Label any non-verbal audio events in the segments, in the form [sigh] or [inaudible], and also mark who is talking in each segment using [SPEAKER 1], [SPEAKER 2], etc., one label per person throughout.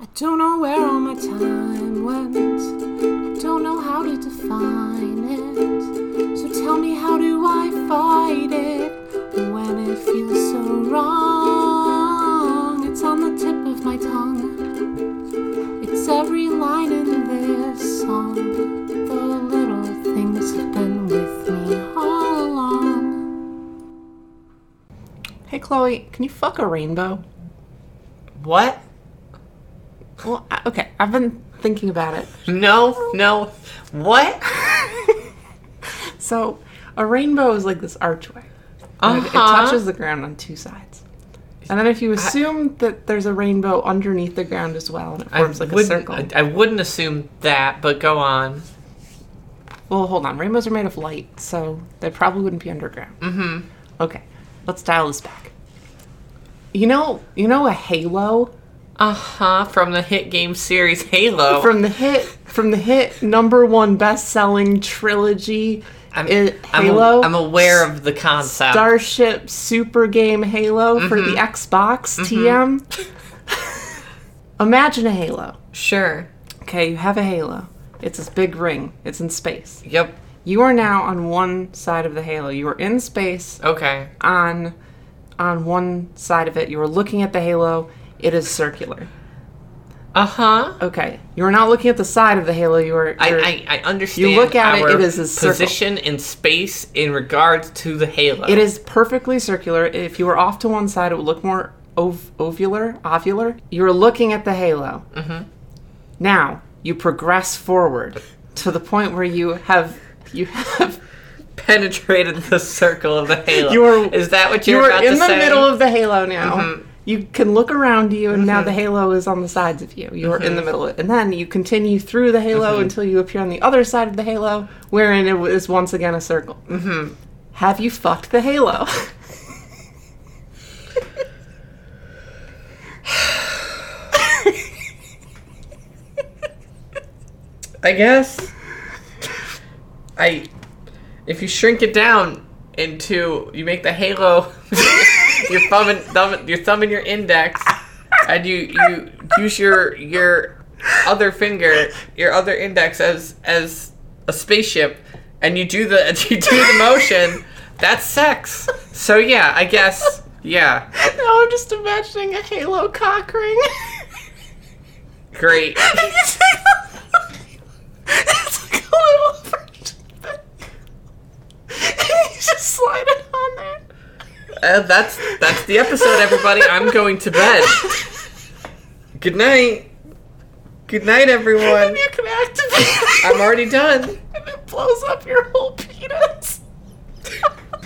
[SPEAKER 1] I don't know where all my time went. I don't know how to define it. So tell me, how do I fight it when it feels so wrong? It's on the tip of my tongue. It's every line in this song. The little things have been with me all along.
[SPEAKER 2] Hey, Chloe, can you fuck a rainbow?
[SPEAKER 3] What?
[SPEAKER 2] Well, I, okay, I've been thinking about
[SPEAKER 3] [laughs]
[SPEAKER 2] it.
[SPEAKER 3] No, no. What?
[SPEAKER 2] So, a rainbow is like this archway. and it- It,
[SPEAKER 3] Uh-huh.
[SPEAKER 2] touches the ground on two sides. And then, if you assume that there's a rainbow underneath the ground as well, and it
[SPEAKER 3] I
[SPEAKER 2] forms like a
[SPEAKER 3] wouldn't-
[SPEAKER 2] circle.
[SPEAKER 3] I, I wouldn't assume that, but go on.
[SPEAKER 2] Well, hold on. Rainbows are made of light, so they probably wouldn't be underground. Mm-hmm. Okay, let's dial this back. You know, you know, a halo
[SPEAKER 3] Uh huh. From the hit game series Halo.
[SPEAKER 2] from the hit from the hit number one best selling trilogy.
[SPEAKER 3] I'm,
[SPEAKER 2] i-
[SPEAKER 3] I'm a-
[SPEAKER 2] Halo.
[SPEAKER 3] I'm aware of the Mm-hmm. concept.
[SPEAKER 2] Starship Super Game Halo for the Xbox
[SPEAKER 3] Mm-hmm.
[SPEAKER 2] TM. [laughs] Imagine a halo.
[SPEAKER 3] sure.
[SPEAKER 2] Okay, you have a halo. It's this big ring. It's in space.
[SPEAKER 3] Yep.
[SPEAKER 2] You are now on one side of the halo. You are in space.
[SPEAKER 3] Okay.
[SPEAKER 2] on on one side of it you are looking at the halo it is circular
[SPEAKER 3] Uh huh.
[SPEAKER 2] okay you are not looking at the side of the halo you are Uh-huh. you're-
[SPEAKER 3] I, I, I understand.
[SPEAKER 2] You look at it,
[SPEAKER 3] our
[SPEAKER 2] it is a circle.
[SPEAKER 3] position in space in regards to the halo.
[SPEAKER 2] it is perfectly circular if you were off to one side it would look more ov- ovular ovular you are looking at the halo mm-hmm. now you progress forward to the point where you have you have
[SPEAKER 3] penetrated the circle of the halo.
[SPEAKER 2] [laughs] You are-
[SPEAKER 3] is that what
[SPEAKER 2] you
[SPEAKER 3] [laughs] you're
[SPEAKER 2] are
[SPEAKER 3] about
[SPEAKER 2] in
[SPEAKER 3] to
[SPEAKER 2] the
[SPEAKER 3] say? Mm-hmm.
[SPEAKER 2] middle of the halo now you can look around you and now the halo is on the sides of you you're in
[SPEAKER 3] Mm-hmm.
[SPEAKER 2] the middle of, and then you continue through the halo until you appear on the other side of the halo wherein it is once again a circle mm-hmm. have you fucked the halo [laughs]
[SPEAKER 3] I guess. I. If you shrink it down into, you make the halo. [laughs] your thumb and thumb, your thumb and your index, and you you use your your other finger, your other index as as a spaceship, and you do the [laughs] you do the motion. That's sex. So yeah, I guess yeah.
[SPEAKER 2] [laughs] now i'm just imagining a halo cock ring [laughs]
[SPEAKER 3] Great.
[SPEAKER 2] it's [laughs] like a little virgin and [laughs] you just slide it on there
[SPEAKER 3] Uh, that's that's the episode, everybody. I'm going to bed.
[SPEAKER 2] [laughs]
[SPEAKER 3] Good night. Good night, everyone.
[SPEAKER 2] and you can activate
[SPEAKER 3] [laughs] I'm already done.
[SPEAKER 2] and it blows up your whole penis. [laughs]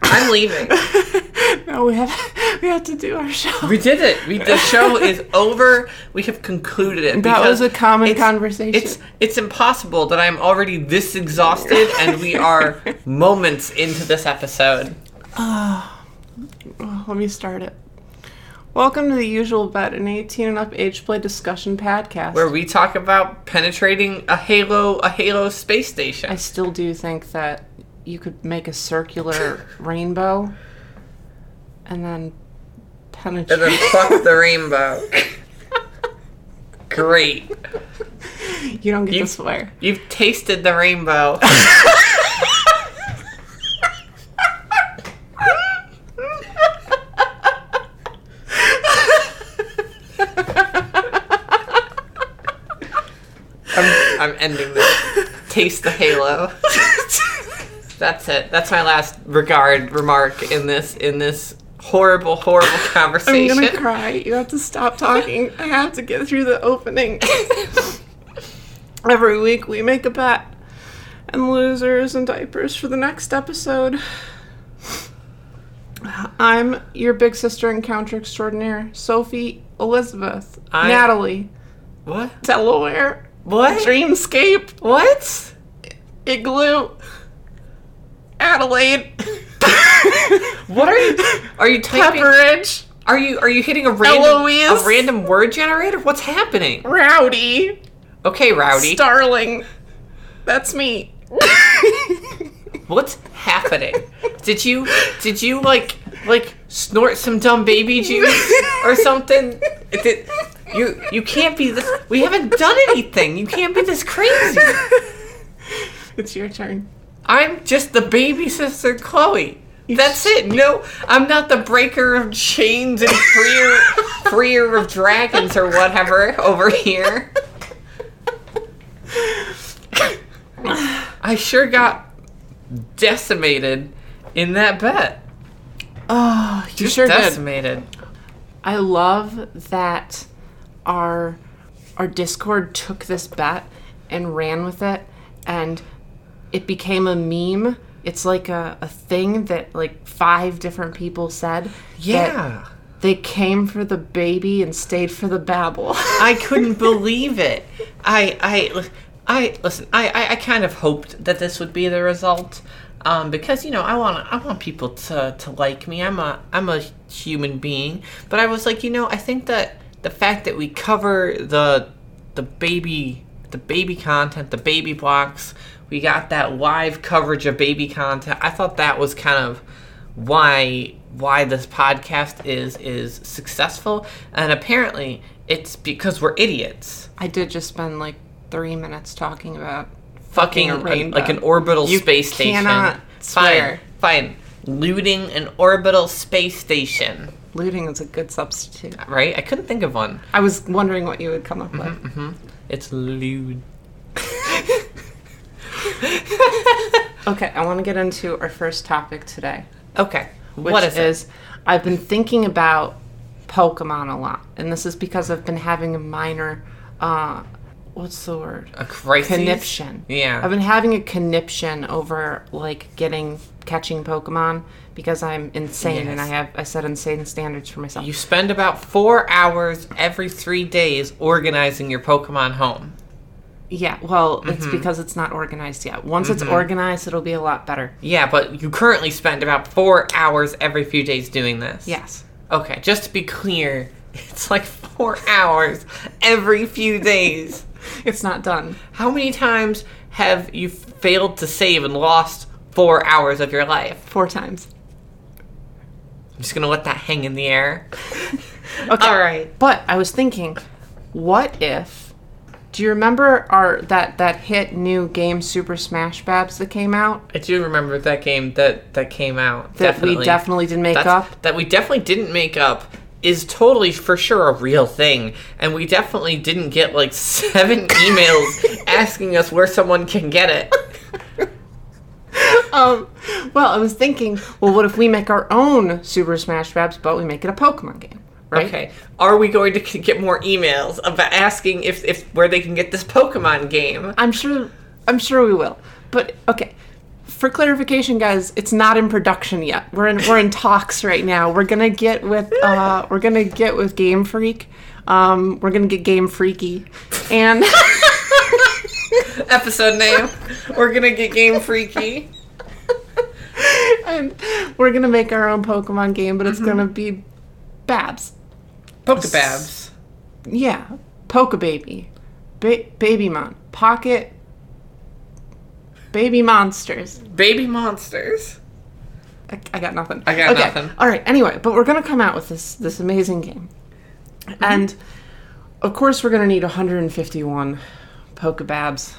[SPEAKER 3] I'm leaving.
[SPEAKER 2] No, we have we have to do our show.
[SPEAKER 3] We did it. We the show is over. We have concluded it.
[SPEAKER 2] that was
[SPEAKER 3] because
[SPEAKER 2] a common
[SPEAKER 3] it's-
[SPEAKER 2] conversation.
[SPEAKER 3] It's it's impossible that I'm already this exhausted, and we are moments into this episode.
[SPEAKER 2] Oh, let me start it. Welcome to the usual bet, an 18 and up age play discussion podcast.
[SPEAKER 3] Where we talk about penetrating a halo, a halo space
[SPEAKER 2] I
[SPEAKER 3] station.
[SPEAKER 2] still do think that you could make a circular
[SPEAKER 3] [laughs]
[SPEAKER 2] rainbow and then penetrate.
[SPEAKER 3] And then
[SPEAKER 2] [laughs]
[SPEAKER 3] fuck the rainbow. Great.
[SPEAKER 2] you don't get
[SPEAKER 3] you-
[SPEAKER 2] to
[SPEAKER 3] [laughs]
[SPEAKER 2] swear. [laughs]
[SPEAKER 3] You've tasted the rainbow. I'm, I'm ending this. Taste the halo. That's it. That's my last regard remark in this in this horrible horrible
[SPEAKER 2] [laughs] I'm
[SPEAKER 3] conversation.
[SPEAKER 2] gonna cry. You have to stop talking. I have to get through the
[SPEAKER 3] [laughs]
[SPEAKER 2] opening. Every week we make a bet and losers and diapers for the next episode. I'm your big sister encounter extraordinaire, Sophie Elizabeth,
[SPEAKER 3] I-
[SPEAKER 2] Natalie,
[SPEAKER 3] What?
[SPEAKER 2] Delaware,
[SPEAKER 3] What?
[SPEAKER 2] Dreamscape,
[SPEAKER 3] What?
[SPEAKER 2] Igloo, Adelaide,
[SPEAKER 3] [laughs] What are you? Are you typing?
[SPEAKER 2] Pepperidge,
[SPEAKER 3] Are you are you hitting a random
[SPEAKER 2] Eloise.
[SPEAKER 3] a random word generator? What's happening?
[SPEAKER 2] Rowdy,
[SPEAKER 3] Okay, Rowdy.
[SPEAKER 2] Starling. That's me.
[SPEAKER 3] What's happening? did you did you like like snort some dumb baby juice
[SPEAKER 2] [laughs]
[SPEAKER 3] or something? Did, you you can't be this. We haven't done anything. You can't be this crazy.
[SPEAKER 2] It's your turn.
[SPEAKER 3] I'm just the baby sister, Chloe. That's it. No, I'm not the breaker of chains
[SPEAKER 2] [laughs]
[SPEAKER 3] and freer, freer of dragons or whatever over here. I sure got decimated in that bet.
[SPEAKER 2] [laughs] Oh, you
[SPEAKER 3] Just
[SPEAKER 2] sure did.
[SPEAKER 3] decimated.
[SPEAKER 2] I love that our our Discord took this bet and ran with it and it became a meme. It's like a, a thing that like five different people said. that
[SPEAKER 3] Yeah.
[SPEAKER 2] they came for the baby and stayed for the babble. [laughs]
[SPEAKER 3] I couldn't believe it. I I I listen. I, I I kind of hoped that this would be the result, um, because you know I want I want people to to like me. I'm a I'm a human being, but I was like you know I think that the fact that we cover the the baby the baby content the baby blocks we got that live coverage of baby content. I thought that was kind of why why this podcast is is successful and apparently it's because we're idiots
[SPEAKER 2] I did just spend like three minutes talking about
[SPEAKER 3] fucking
[SPEAKER 2] Fucking a
[SPEAKER 3] an-
[SPEAKER 2] rainbow.
[SPEAKER 3] like an orbital
[SPEAKER 2] You
[SPEAKER 3] space station
[SPEAKER 2] cannot swear.
[SPEAKER 3] fine fine looting an orbital space station
[SPEAKER 2] looting is a good substitute.
[SPEAKER 3] right i couldn't think of one
[SPEAKER 2] I was wondering what you would come
[SPEAKER 3] Mm-hmm.
[SPEAKER 2] up with. [laughs]
[SPEAKER 3] it's lewd
[SPEAKER 2] Okay, I want to get into our first topic today.
[SPEAKER 3] okay
[SPEAKER 2] which
[SPEAKER 3] what is, it?
[SPEAKER 2] is I've been thinking about Pokemon a lot, and this is because I've been having a minor, uh, what's the word?
[SPEAKER 3] a crisis
[SPEAKER 2] conniption.
[SPEAKER 3] yeah
[SPEAKER 2] I've been having a conniption over like getting catching Pokemon because I'm insane and I
[SPEAKER 3] Yes.
[SPEAKER 2] have I set insane standards for myself.
[SPEAKER 3] you spend about four hours every three days organizing your pokemon home
[SPEAKER 2] yeah, well, it's
[SPEAKER 3] Mm-hmm.
[SPEAKER 2] because it's not organized yet. Once it's organized, it'll be a lot better.
[SPEAKER 3] yeah but you currently spend about four hours every few days doing this
[SPEAKER 2] Yes.
[SPEAKER 3] Okay, just to be clear, [laughs] it's like four hours every few days.
[SPEAKER 2] It's not done.
[SPEAKER 3] How many times have you failed to save and lost four hours of your life?
[SPEAKER 2] Four times.
[SPEAKER 3] I'm just gonna let that hang in the air.
[SPEAKER 2] Okay.
[SPEAKER 3] All right.
[SPEAKER 2] But I was thinking, what if? Do you remember our that that hit new game Super Smash Babs that came out
[SPEAKER 3] I do remember that game that that came out.
[SPEAKER 2] that we definitely didn't make
[SPEAKER 3] That's-
[SPEAKER 2] up?
[SPEAKER 3] That we definitely didn't make up is totally for sure a real thing. And we definitely didn't get like [laughs]
[SPEAKER 2] [laughs]
[SPEAKER 3] seven emails asking us where someone can get it.
[SPEAKER 2] Um, well, I was thinking, well, what if we make our own Super Smash Babs, but we make it a Pokemon game, [laughs] right?
[SPEAKER 3] Okay. Are we going to c- get more emails about asking if, if where they can get this Pokemon game? [laughs]
[SPEAKER 2] I'm sure, I'm sure we will. But okay, for clarification, guys, it's not in production yet. We're in we're in talks right now. We're gonna get with uh, we're gonna get with Game Freak. Um, we're gonna get Game Freaky, and. [laughs]
[SPEAKER 3] Episode name. We're gonna get
[SPEAKER 2] [laughs]
[SPEAKER 3] game freaky.
[SPEAKER 2] and we're gonna make our own Pokemon game, but it's gonna be Babs.
[SPEAKER 3] Pokebabs.
[SPEAKER 2] Yeah, Poke Baby, ba- Babymon, Pocket, Baby Monsters.
[SPEAKER 3] Baby monsters.
[SPEAKER 2] I, I got nothing.
[SPEAKER 3] I got nothing.
[SPEAKER 2] All right. Anyway, but we're gonna come out with this this amazing game,
[SPEAKER 3] Mm-hmm.
[SPEAKER 2] and of course we're gonna need 151 Pokebabs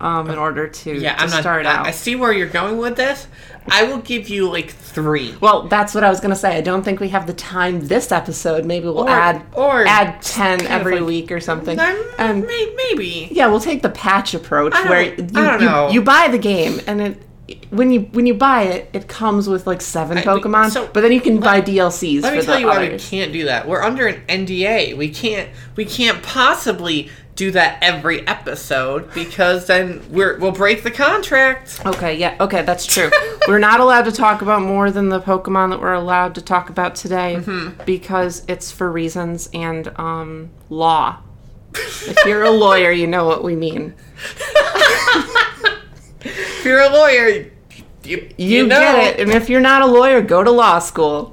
[SPEAKER 2] um, in order to,
[SPEAKER 3] Mm-hmm. Uh, Yeah,
[SPEAKER 2] to
[SPEAKER 3] I'm not.
[SPEAKER 2] start
[SPEAKER 3] I,
[SPEAKER 2] out.
[SPEAKER 3] I see where you're going with this. I will give you like three.
[SPEAKER 2] Well, that's what I was gonna say. I don't think we have the time this episode. Maybe we'll
[SPEAKER 3] Or-
[SPEAKER 2] add
[SPEAKER 3] or
[SPEAKER 2] add ten
[SPEAKER 3] of
[SPEAKER 2] every
[SPEAKER 3] like-
[SPEAKER 2] week or something.
[SPEAKER 3] Um,
[SPEAKER 2] And
[SPEAKER 3] may- maybe.
[SPEAKER 2] yeah, we'll take the patch approach
[SPEAKER 3] don't-
[SPEAKER 2] where
[SPEAKER 3] I
[SPEAKER 2] you,
[SPEAKER 3] don't
[SPEAKER 2] you,
[SPEAKER 3] know.
[SPEAKER 2] you buy the game and it when you when you buy it, it comes with like seven Pokemon,
[SPEAKER 3] so-
[SPEAKER 2] but then you can buy DLCs
[SPEAKER 3] Let
[SPEAKER 2] for
[SPEAKER 3] me tell
[SPEAKER 2] the
[SPEAKER 3] you why we
[SPEAKER 2] others.
[SPEAKER 3] can't do that. We're under an NDA. We can't. We can't possibly do that every episode because then we're we'll break the contract.
[SPEAKER 2] Okay, yeah, okay, that's true. we're not allowed to talk about more than the Pokemon that we're allowed to talk about today
[SPEAKER 3] Mm-hmm.
[SPEAKER 2] because it's for reasons and um, law. if you're a lawyer, you know what we mean.
[SPEAKER 3] If you're a lawyer, you, you,
[SPEAKER 2] You,
[SPEAKER 3] know.
[SPEAKER 2] get it. And if you're not a lawyer, go to law
[SPEAKER 3] [laughs]
[SPEAKER 2] school.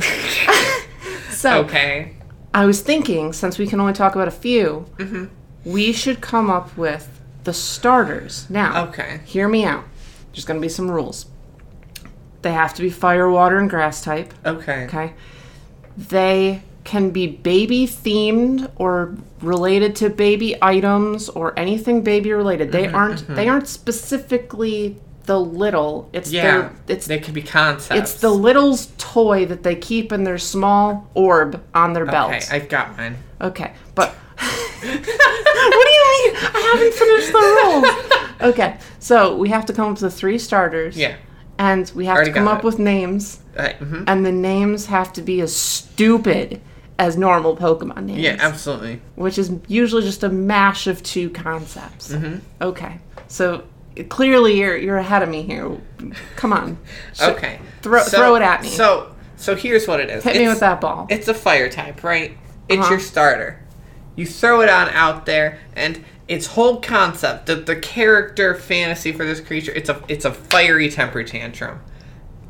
[SPEAKER 2] so
[SPEAKER 3] Okay.
[SPEAKER 2] I was thinking, since we can only talk about a few,
[SPEAKER 3] Mm-hmm.
[SPEAKER 2] we should come up with the starters. Now,
[SPEAKER 3] Okay.
[SPEAKER 2] hear me out. There's going to be some rules. They have to be fire, water, and grass type.
[SPEAKER 3] Okay.
[SPEAKER 2] Okay. They can be baby themed or related to baby items or anything baby related. They
[SPEAKER 3] Mm-hmm,
[SPEAKER 2] aren't they aren't specifically the little. It's
[SPEAKER 3] Yeah.
[SPEAKER 2] their it's
[SPEAKER 3] they could be concepts.
[SPEAKER 2] it's the little's toy that they keep in their small orb on their belt.
[SPEAKER 3] Okay, I've
[SPEAKER 2] [laughs]
[SPEAKER 3] got mine.
[SPEAKER 2] Okay, but what do you mean? I haven't finished the rules. Okay, so we have to come up with three starters.
[SPEAKER 3] Yeah.
[SPEAKER 2] and we have
[SPEAKER 3] Already
[SPEAKER 2] to come
[SPEAKER 3] got
[SPEAKER 2] up
[SPEAKER 3] it.
[SPEAKER 2] with names,
[SPEAKER 3] Alright, mhm.
[SPEAKER 2] and the names have to be as stupid as normal Pokemon names.
[SPEAKER 3] Yeah, absolutely.
[SPEAKER 2] which is usually just a mash of two concepts.
[SPEAKER 3] Mm-hmm.
[SPEAKER 2] Okay, so clearly you're you're ahead of me here. Come on,
[SPEAKER 3] [laughs] Okay.
[SPEAKER 2] throw- throw it at me.
[SPEAKER 3] So, so here's what it is.
[SPEAKER 2] hit me with that ball.
[SPEAKER 3] It's a fire type, right? It's
[SPEAKER 2] Uh-huh.
[SPEAKER 3] your starter. You throw it on out there, and its whole concept, the, the character fantasy for this creature, it's a it's a fiery temper tantrum.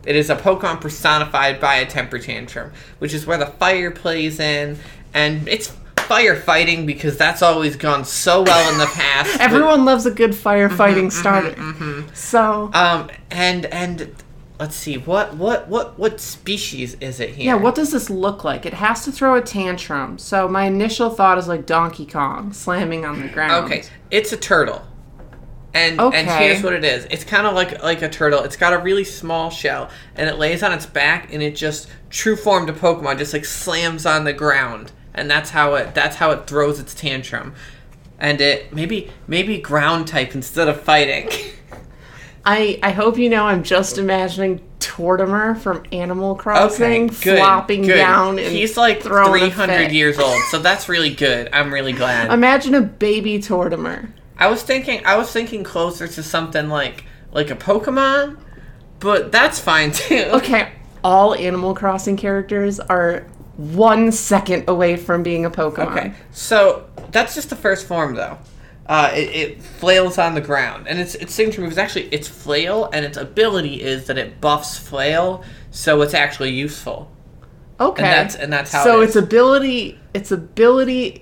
[SPEAKER 3] It is a Pokemon personified by a temper tantrum, which is where the fire plays in, and it's firefighting because that's always gone so well
[SPEAKER 2] [laughs]
[SPEAKER 3] in the Mm-hmm, past. with-
[SPEAKER 2] Everyone loves a good firefighting starter. So,
[SPEAKER 3] um, and and let's see what what what what species is it here?
[SPEAKER 2] yeah, what does this look like? It has to throw a tantrum. So, my initial thought is like Donkey Kong slamming on the ground.
[SPEAKER 3] Okay, it's a turtle. And and
[SPEAKER 2] Okay.
[SPEAKER 3] here's what it is. It's kind of like like a turtle. It's got a really small shell, and it lays on its back, and it just true form to Pokemon, just like slams on the ground, and that's how it that's how it throws its tantrum. And it maybe maybe ground type instead of fighting. [laughs]
[SPEAKER 2] I, I hope you know I'm just imagining Tortimer from Animal Crossing flopping down and
[SPEAKER 3] He's like
[SPEAKER 2] throwing a
[SPEAKER 3] 300
[SPEAKER 2] fit.
[SPEAKER 3] years old, so that's really good. I'm
[SPEAKER 2] [laughs]
[SPEAKER 3] really glad.
[SPEAKER 2] Imagine a baby Tortimer.
[SPEAKER 3] I was thinking I was thinking closer to something like like a Pokemon, but that's fine [laughs] too.
[SPEAKER 2] Okay, all Animal Crossing characters are one second away from being a Pokemon.
[SPEAKER 3] Okay. So that's just the first form though. Uh, it, it flails on the ground, and its its signature move is actually its flail, and its ability is that it buffs flail, so it's actually useful.
[SPEAKER 2] Okay.
[SPEAKER 3] that's- and that's how
[SPEAKER 2] So
[SPEAKER 3] it
[SPEAKER 2] its ability its ability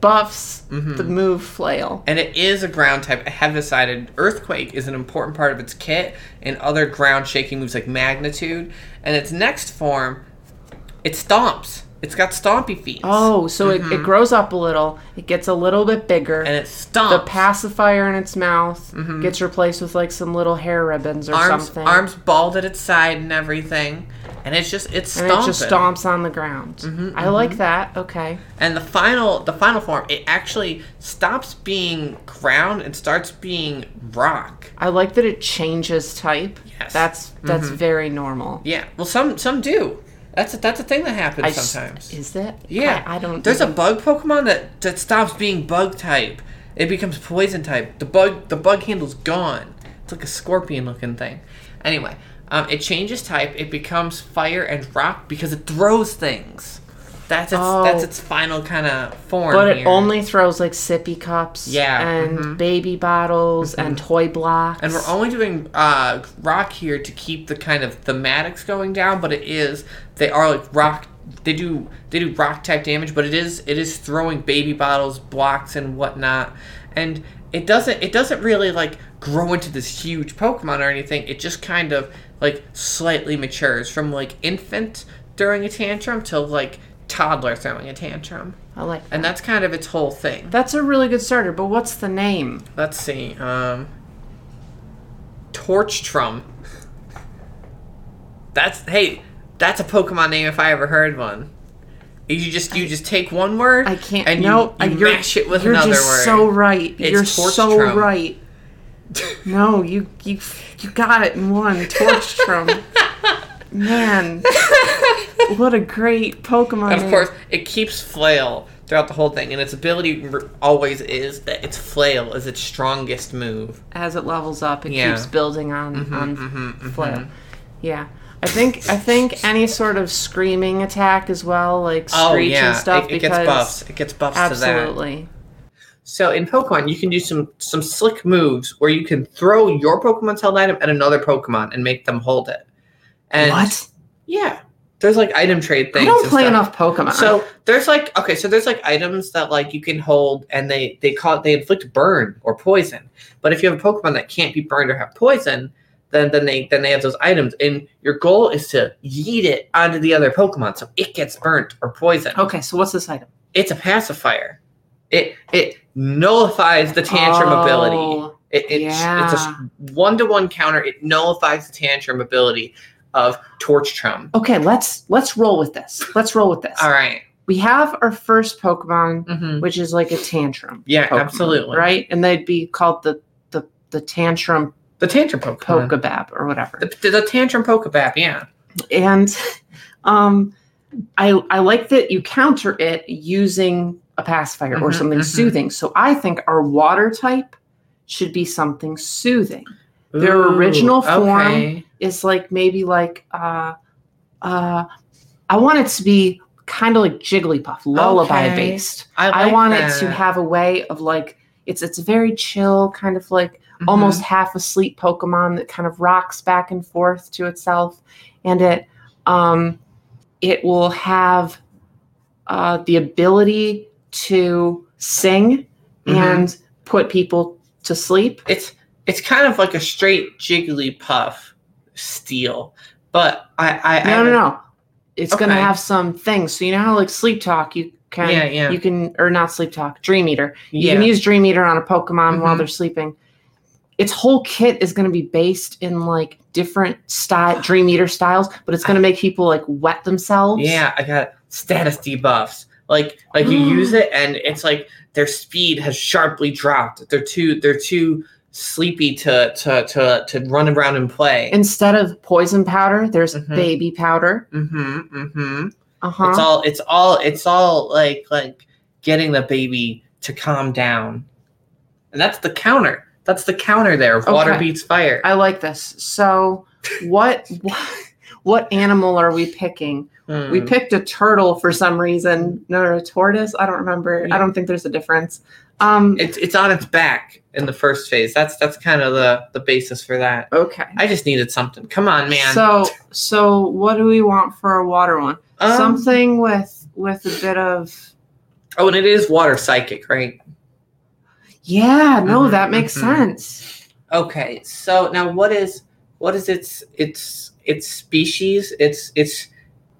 [SPEAKER 2] buffs
[SPEAKER 3] Mm-hmm.
[SPEAKER 2] the move flail.
[SPEAKER 3] And it is a ground type. A heavy sided earthquake is an important part of its kit and other ground shaking moves like magnitude. And its next form, it stomps. It's got stompy feet.
[SPEAKER 2] Oh, so it, it
[SPEAKER 3] Mm-hmm.
[SPEAKER 2] grows up a little, it gets a little bit bigger.
[SPEAKER 3] And it stomps.
[SPEAKER 2] the pacifier in its mouth gets replaced with like some little hair ribbons or
[SPEAKER 3] Mm-hmm. arms,
[SPEAKER 2] something.
[SPEAKER 3] arms balled at its side and everything. And it's just it's
[SPEAKER 2] and
[SPEAKER 3] stomping. Mm-hmm,
[SPEAKER 2] it just stomps on the ground. I like that. Okay.
[SPEAKER 3] And the final the final form, it actually stops being ground and starts being rock.
[SPEAKER 2] I like that it changes type.
[SPEAKER 3] Yes. Mm-hmm.
[SPEAKER 2] That's that's very normal.
[SPEAKER 3] Yeah. Well some some do. That's a, that's a thing that happens
[SPEAKER 2] I s-
[SPEAKER 3] sometimes.
[SPEAKER 2] Is it?
[SPEAKER 3] Yeah,
[SPEAKER 2] I, I don't.
[SPEAKER 3] There's a bug Pokemon that that stops being bug type. It becomes poison type. The bug the bug handle's gone. It's like a scorpion looking thing. Anyway, um, it changes type. It becomes fire and rock because it throws things. That's its that's
[SPEAKER 2] Oh.
[SPEAKER 3] its final kind of form.
[SPEAKER 2] But it
[SPEAKER 3] here.
[SPEAKER 2] only throws like sippy cups.
[SPEAKER 3] Yeah, mm-hmm.
[SPEAKER 2] And baby bottles and toy blocks.
[SPEAKER 3] And we're only doing uh, rock here to keep the kind of thematics going down, but it is they are like rock. They do they do rock type damage, but it is it is throwing baby bottles, blocks, and whatnot. And it doesn't it doesn't really like grow into this huge Pokemon or anything. It just kind of like slightly matures from like infant during a tantrum to like toddler throwing a tantrum.
[SPEAKER 2] I like that.
[SPEAKER 3] And that's kind of its whole thing.
[SPEAKER 2] That's a really good starter. But what's the name?
[SPEAKER 3] Let's see. Um, Torchtrum. That's hey, that's a Pokemon name if I ever heard one. You just you just take one word.
[SPEAKER 2] I can't.
[SPEAKER 3] And you,
[SPEAKER 2] no,
[SPEAKER 3] you
[SPEAKER 2] I- you're,
[SPEAKER 3] mash it with
[SPEAKER 2] you're
[SPEAKER 3] another
[SPEAKER 2] just
[SPEAKER 3] word.
[SPEAKER 2] So right.
[SPEAKER 3] It's
[SPEAKER 2] you're
[SPEAKER 3] torch
[SPEAKER 2] so
[SPEAKER 3] trum.
[SPEAKER 2] right. No, you you you got it in one torch trum. Man, what a great Pokemon!
[SPEAKER 3] and of
[SPEAKER 2] name.
[SPEAKER 3] course, it keeps Flail throughout the whole thing, and its ability r- always is that its Flail is its strongest move.
[SPEAKER 2] as it levels up, it
[SPEAKER 3] Yeah. Mm-hmm,
[SPEAKER 2] keeps building on on flow. Yeah, I think I think any sort of screaming attack as well, like screech
[SPEAKER 3] oh yeah,
[SPEAKER 2] and stuff,
[SPEAKER 3] it, it
[SPEAKER 2] because
[SPEAKER 3] gets buffs. It gets buffs to that.
[SPEAKER 2] absolutely.
[SPEAKER 3] So in Pokemon, you can do some some slick moves where you can throw your Pokemon's held item at another Pokemon and make them hold it. And
[SPEAKER 2] What?
[SPEAKER 3] Yeah, there's like item trade
[SPEAKER 2] I
[SPEAKER 3] things.
[SPEAKER 2] don't
[SPEAKER 3] and
[SPEAKER 2] play
[SPEAKER 3] stuff.
[SPEAKER 2] enough Pokemon.
[SPEAKER 3] So there's like okay, so there's like items that like you can hold and they they call they inflict burn or poison. But if you have a Pokemon that can't be burned or have poison, then then they then they have those items, and your goal is to yeet it onto the other Pokemon so it gets burnt or poisoned.
[SPEAKER 2] Okay, so what's this item?
[SPEAKER 3] It's a pacifier. It it nullifies the tantrum ability.
[SPEAKER 2] Oh,
[SPEAKER 3] It, it, It's a one to one counter. It nullifies the tantrum ability of Torchtrum.
[SPEAKER 2] Okay, let's let's roll with this. Let's roll with this.
[SPEAKER 3] All right.
[SPEAKER 2] We have our first Pokemon,
[SPEAKER 3] Mm-hmm.
[SPEAKER 2] which is like a tantrum,
[SPEAKER 3] Yeah,
[SPEAKER 2] Pokemon,
[SPEAKER 3] absolutely.
[SPEAKER 2] right? And they'd be called the the the tantrum
[SPEAKER 3] The tantrum Pokemon.
[SPEAKER 2] Pokebab or whatever.
[SPEAKER 3] The, the, tantrum Pokebab. Yeah.
[SPEAKER 2] and um I I like that you counter it using a pacifier or
[SPEAKER 3] Mhm,
[SPEAKER 2] something
[SPEAKER 3] mhm.
[SPEAKER 2] soothing. So I think our water type should be something soothing. Their original form
[SPEAKER 3] okay.
[SPEAKER 2] It's like maybe like uh uh I want it to be kind of like Jigglypuff, lullaby
[SPEAKER 3] Okay.
[SPEAKER 2] based. I
[SPEAKER 3] like
[SPEAKER 2] want it to
[SPEAKER 3] that.
[SPEAKER 2] have a way of like it's it's very chill, kind of like
[SPEAKER 3] Mhm.
[SPEAKER 2] almost half asleep Pokemon that kind of rocks back and forth to itself, and it um, it will have uh, the ability to sing
[SPEAKER 3] Mhm.
[SPEAKER 2] and put people to sleep.
[SPEAKER 3] it's it's kind of like a straight Jigglypuff steel, but I I, I
[SPEAKER 2] No, no, no. It's gonna
[SPEAKER 3] Okay.
[SPEAKER 2] have some things. So you know how like sleep talk, you can
[SPEAKER 3] Yeah, yeah.
[SPEAKER 2] you can or not sleep talk, dream eater. You
[SPEAKER 3] yeah.
[SPEAKER 2] can use Dream Eater on a Pokemon while
[SPEAKER 3] Mhm.
[SPEAKER 2] they're sleeping. Its whole kit is going to be based in like different style Dream Eater styles, but it's going to make people like wet themselves.
[SPEAKER 3] Yeah, I got status debuffs. Like like you
[SPEAKER 2] [gasps]
[SPEAKER 3] use it and it's like their speed has sharply dropped. They're too they're too sleepy to to to to run around and play.
[SPEAKER 2] Instead of poison powder, there's
[SPEAKER 3] Mhm.
[SPEAKER 2] baby powder.
[SPEAKER 3] mm-hmm. Mm-hmm.
[SPEAKER 2] Uh huh.
[SPEAKER 3] It's all it's all it's all like like getting the baby to calm down. And that's the counter. That's the counter there. of Water
[SPEAKER 2] Okay.
[SPEAKER 3] beats fire.
[SPEAKER 2] I like this. So, what, what what animal are we picking? We
[SPEAKER 3] Hmm.
[SPEAKER 2] picked a turtle for some reason, or a tortoise. I don't remember. I don't think there's a difference. Um.
[SPEAKER 3] It's it's on its back in the first phase. That's that's kind of the the basis for that.
[SPEAKER 2] okay.
[SPEAKER 3] I just needed something. Come on, man.
[SPEAKER 2] So so what do we want for a water one?
[SPEAKER 3] Um,
[SPEAKER 2] something with with a bit of
[SPEAKER 3] Oh, and it is water psychic, right?
[SPEAKER 2] yeah no
[SPEAKER 3] Mhm,
[SPEAKER 2] that makes
[SPEAKER 3] mhm.
[SPEAKER 2] sense
[SPEAKER 3] Okay. So now what is what is its its its species? Its its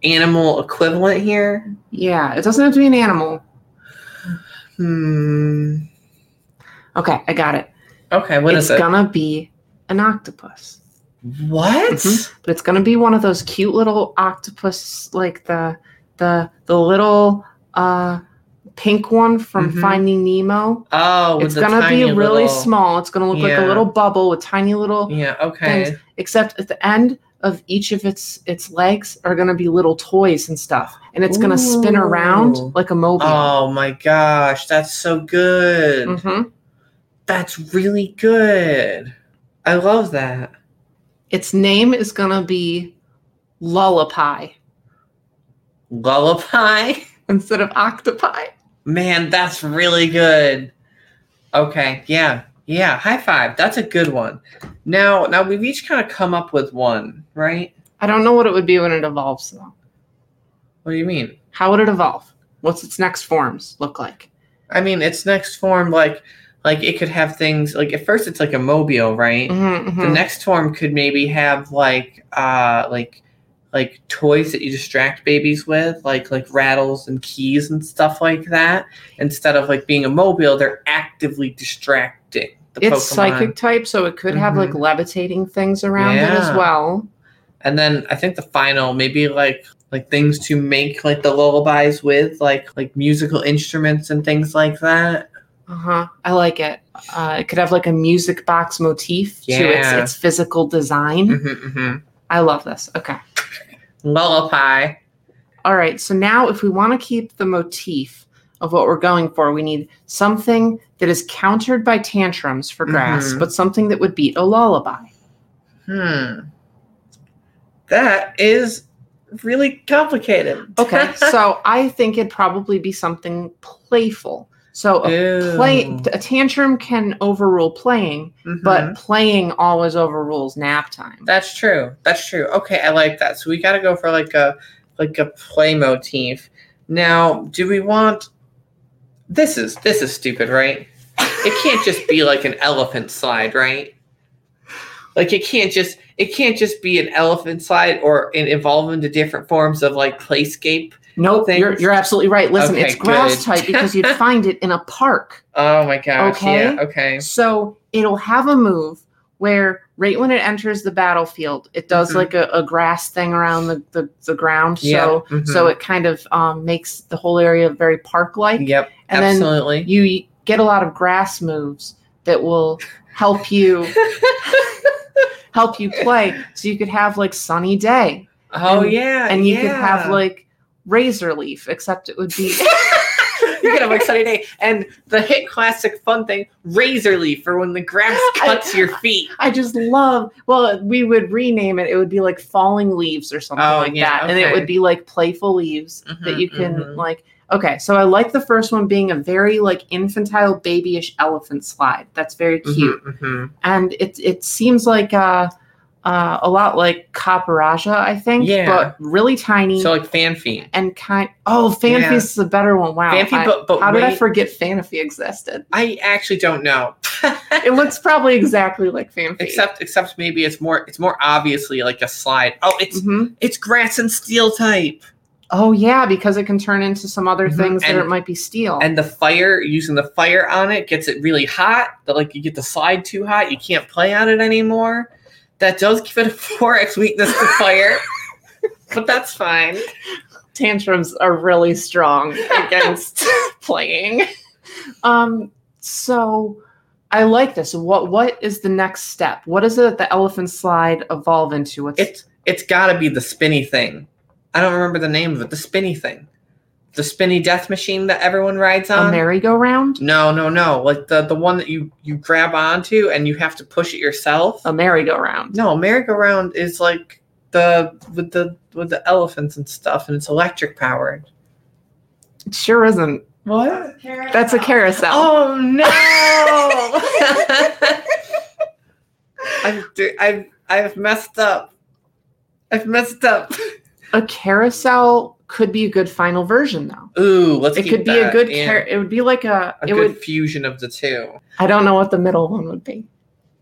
[SPEAKER 3] animal equivalent here?
[SPEAKER 2] yeah it doesn't have to be an animal
[SPEAKER 3] Hmm.
[SPEAKER 2] okay i got it
[SPEAKER 3] Okay. What
[SPEAKER 2] it's
[SPEAKER 3] is it?
[SPEAKER 2] gonna be an octopus
[SPEAKER 3] what?
[SPEAKER 2] Mhm. but it's gonna be one of those cute little octopus like the the the little uh pink one from
[SPEAKER 3] Mhm.
[SPEAKER 2] finding nemo
[SPEAKER 3] Oh, with
[SPEAKER 2] it's
[SPEAKER 3] the
[SPEAKER 2] gonna be
[SPEAKER 3] tiny
[SPEAKER 2] really
[SPEAKER 3] little-
[SPEAKER 2] small it's gonna look like
[SPEAKER 3] Yeah.
[SPEAKER 2] a little bubble with tiny little
[SPEAKER 3] Yeah. Okay.
[SPEAKER 2] things, except at the end of each of its its legs are going to be little toys and stuff and it's going to spin around
[SPEAKER 3] Ooh.
[SPEAKER 2] like a mobile
[SPEAKER 3] Oh my gosh, that's so good.
[SPEAKER 2] Mhm.
[SPEAKER 3] That's really good. I love that.
[SPEAKER 2] its name is going to be lullaby
[SPEAKER 3] Lullaby? [laughs]
[SPEAKER 2] instead of octopi
[SPEAKER 3] Man, that's really good. Okay, yeah. Yeah, high five. That's a good one. Now, now we've each kind of come up with one, right?
[SPEAKER 2] i don't know what it would be when it evolves though
[SPEAKER 3] What do you mean?
[SPEAKER 2] how would it evolve what's its next forms look like
[SPEAKER 3] I mean, its next form like like it could have things like at first it's like a mobile, right?
[SPEAKER 2] Mhm,
[SPEAKER 3] The
[SPEAKER 2] mhm.
[SPEAKER 3] next form could maybe have like uh like like toys that you distract babies with, like like rattles and keys and stuff like that. Instead of like being a mobile, they're actively distracting the
[SPEAKER 2] it's
[SPEAKER 3] Pokemon. Mm-hmm.
[SPEAKER 2] psychic type so it could have like levitating things around it as
[SPEAKER 3] Yeah.
[SPEAKER 2] well
[SPEAKER 3] And then I think the final maybe like like things to make like the lullabies with, like like musical instruments and things like that.
[SPEAKER 2] uh-huh i like it uh, it could have like a music box motif to its,
[SPEAKER 3] Yeah.
[SPEAKER 2] its physical design
[SPEAKER 3] Mm-hmm, mm-hmm.
[SPEAKER 2] I love this. Okay.
[SPEAKER 3] Lullaby.
[SPEAKER 2] All right. So now, if we want to keep the motif of what we're going for, we need something that is countered by tantrums for grass,
[SPEAKER 3] Mhm.
[SPEAKER 2] but something that would beat a lullaby.
[SPEAKER 3] Hmm. That is really complicated.
[SPEAKER 2] Okay.
[SPEAKER 3] [laughs]
[SPEAKER 2] so I think it'd probably be something playful. So a, play,
[SPEAKER 3] Ew.
[SPEAKER 2] a tantrum can overrule playing, but
[SPEAKER 3] Mhm.
[SPEAKER 2] playing always overrules nap time.
[SPEAKER 3] that's true. That's true. Okay, I like that. So we got to go for like a like a play motif. Now, do we want This is this is stupid, right? It can't just be like an elephant slide, right? Like it can't just it can't just be an elephant slide or and evolve into different forms of like playscape.
[SPEAKER 2] Nope,
[SPEAKER 3] things.
[SPEAKER 2] you're, you're absolutely right. Listen,
[SPEAKER 3] Okay,
[SPEAKER 2] it's grass
[SPEAKER 3] good.
[SPEAKER 2] type because
[SPEAKER 3] [laughs]
[SPEAKER 2] you'd find it in a park.
[SPEAKER 3] Oh my gosh.
[SPEAKER 2] Okay.
[SPEAKER 3] Yeah. Okay.
[SPEAKER 2] So it'll have a move where right when it enters the battlefield, it does
[SPEAKER 3] Mhm.
[SPEAKER 2] like a, a grass thing around the, the, the ground.
[SPEAKER 3] Yeah,
[SPEAKER 2] So
[SPEAKER 3] mhm.
[SPEAKER 2] so it kind of um, makes the whole area very park like.
[SPEAKER 3] Yep.
[SPEAKER 2] and then
[SPEAKER 3] absolutely.
[SPEAKER 2] You get a lot of grass moves that will help
[SPEAKER 3] [laughs]
[SPEAKER 2] you help you play. So you could have like sunny day.
[SPEAKER 3] oh
[SPEAKER 2] and-
[SPEAKER 3] yeah.
[SPEAKER 2] And you could
[SPEAKER 3] yeah.
[SPEAKER 2] have like razor leaf, except it would
[SPEAKER 3] [laughs]
[SPEAKER 2] be
[SPEAKER 3] you could have like sunny day and the hit classic fun thing razor leaf for when
[SPEAKER 2] [laughs]
[SPEAKER 3] the grass cuts your feet.
[SPEAKER 2] I just love. Well, we would rename it. It would be like falling leaves or something
[SPEAKER 3] Oh,
[SPEAKER 2] like
[SPEAKER 3] yeah,
[SPEAKER 2] that, and it
[SPEAKER 3] okay.
[SPEAKER 2] would be like playful leaves that
[SPEAKER 3] Mhm,
[SPEAKER 2] you can
[SPEAKER 3] mhm.
[SPEAKER 2] like. Okay, so I like the first one being a very like infantile, babyish elephant slide. That's very cute,
[SPEAKER 3] Mhm, mhm.
[SPEAKER 2] and it it seems like uh, uh, a lot like Caparaja, I think,
[SPEAKER 3] Yeah.
[SPEAKER 2] but really tiny
[SPEAKER 3] So like fan feet.
[SPEAKER 2] and kind. Oh, Fanfeast
[SPEAKER 3] Yeah.
[SPEAKER 2] is a better one. Wow,
[SPEAKER 3] Fan feet,
[SPEAKER 2] I-
[SPEAKER 3] but, but
[SPEAKER 2] how did I
[SPEAKER 3] wait,
[SPEAKER 2] forget Fanfy existed?
[SPEAKER 3] I actually don't know.
[SPEAKER 2] It looks probably exactly like Fanfy.
[SPEAKER 3] except except maybe it's more it's more obviously like a slide. Oh, it's
[SPEAKER 2] Mhm.
[SPEAKER 3] it's grass and steel type.
[SPEAKER 2] Oh yeah, because it can turn into some other
[SPEAKER 3] Mhm,
[SPEAKER 2] things
[SPEAKER 3] and-
[SPEAKER 2] that it might be steel.
[SPEAKER 3] And the fire using the fire on it gets it really hot. That like you get the slide too hot, you can't play on it anymore. That does give it a [laughs] four X weakness to
[SPEAKER 2] [laughs]
[SPEAKER 3] fire. But that's fine.
[SPEAKER 2] tantrums are really strong [laughs] against playing. Um, so I like this. What what is the next step? What is it that the elephant slide evolve into? What's
[SPEAKER 3] It's it's gotta be the spinny thing. I don't remember the name of it. The spinny thing. The spinny death machine that everyone rides
[SPEAKER 2] a
[SPEAKER 3] on.
[SPEAKER 2] merry-go-round?
[SPEAKER 3] No, no, no. Like the the one that you you grab onto and you have to push it yourself.
[SPEAKER 2] A merry-go-round.
[SPEAKER 3] No, merry-go-round is like the with the with the elephants and stuff, and it's electric powered.
[SPEAKER 2] It sure isn't.
[SPEAKER 3] What?
[SPEAKER 2] That's a carousel.
[SPEAKER 3] Oh [laughs] no! I've do- I've I've messed up. I've messed up.
[SPEAKER 2] A carousel could be a good final version though.
[SPEAKER 3] Ooh, let's.
[SPEAKER 2] It
[SPEAKER 3] keep
[SPEAKER 2] could be a
[SPEAKER 3] that,
[SPEAKER 2] good
[SPEAKER 3] yeah.
[SPEAKER 2] car- it would be like a,
[SPEAKER 3] A
[SPEAKER 2] it
[SPEAKER 3] good
[SPEAKER 2] would
[SPEAKER 3] fusion of the two.
[SPEAKER 2] I don't know what the middle one would be.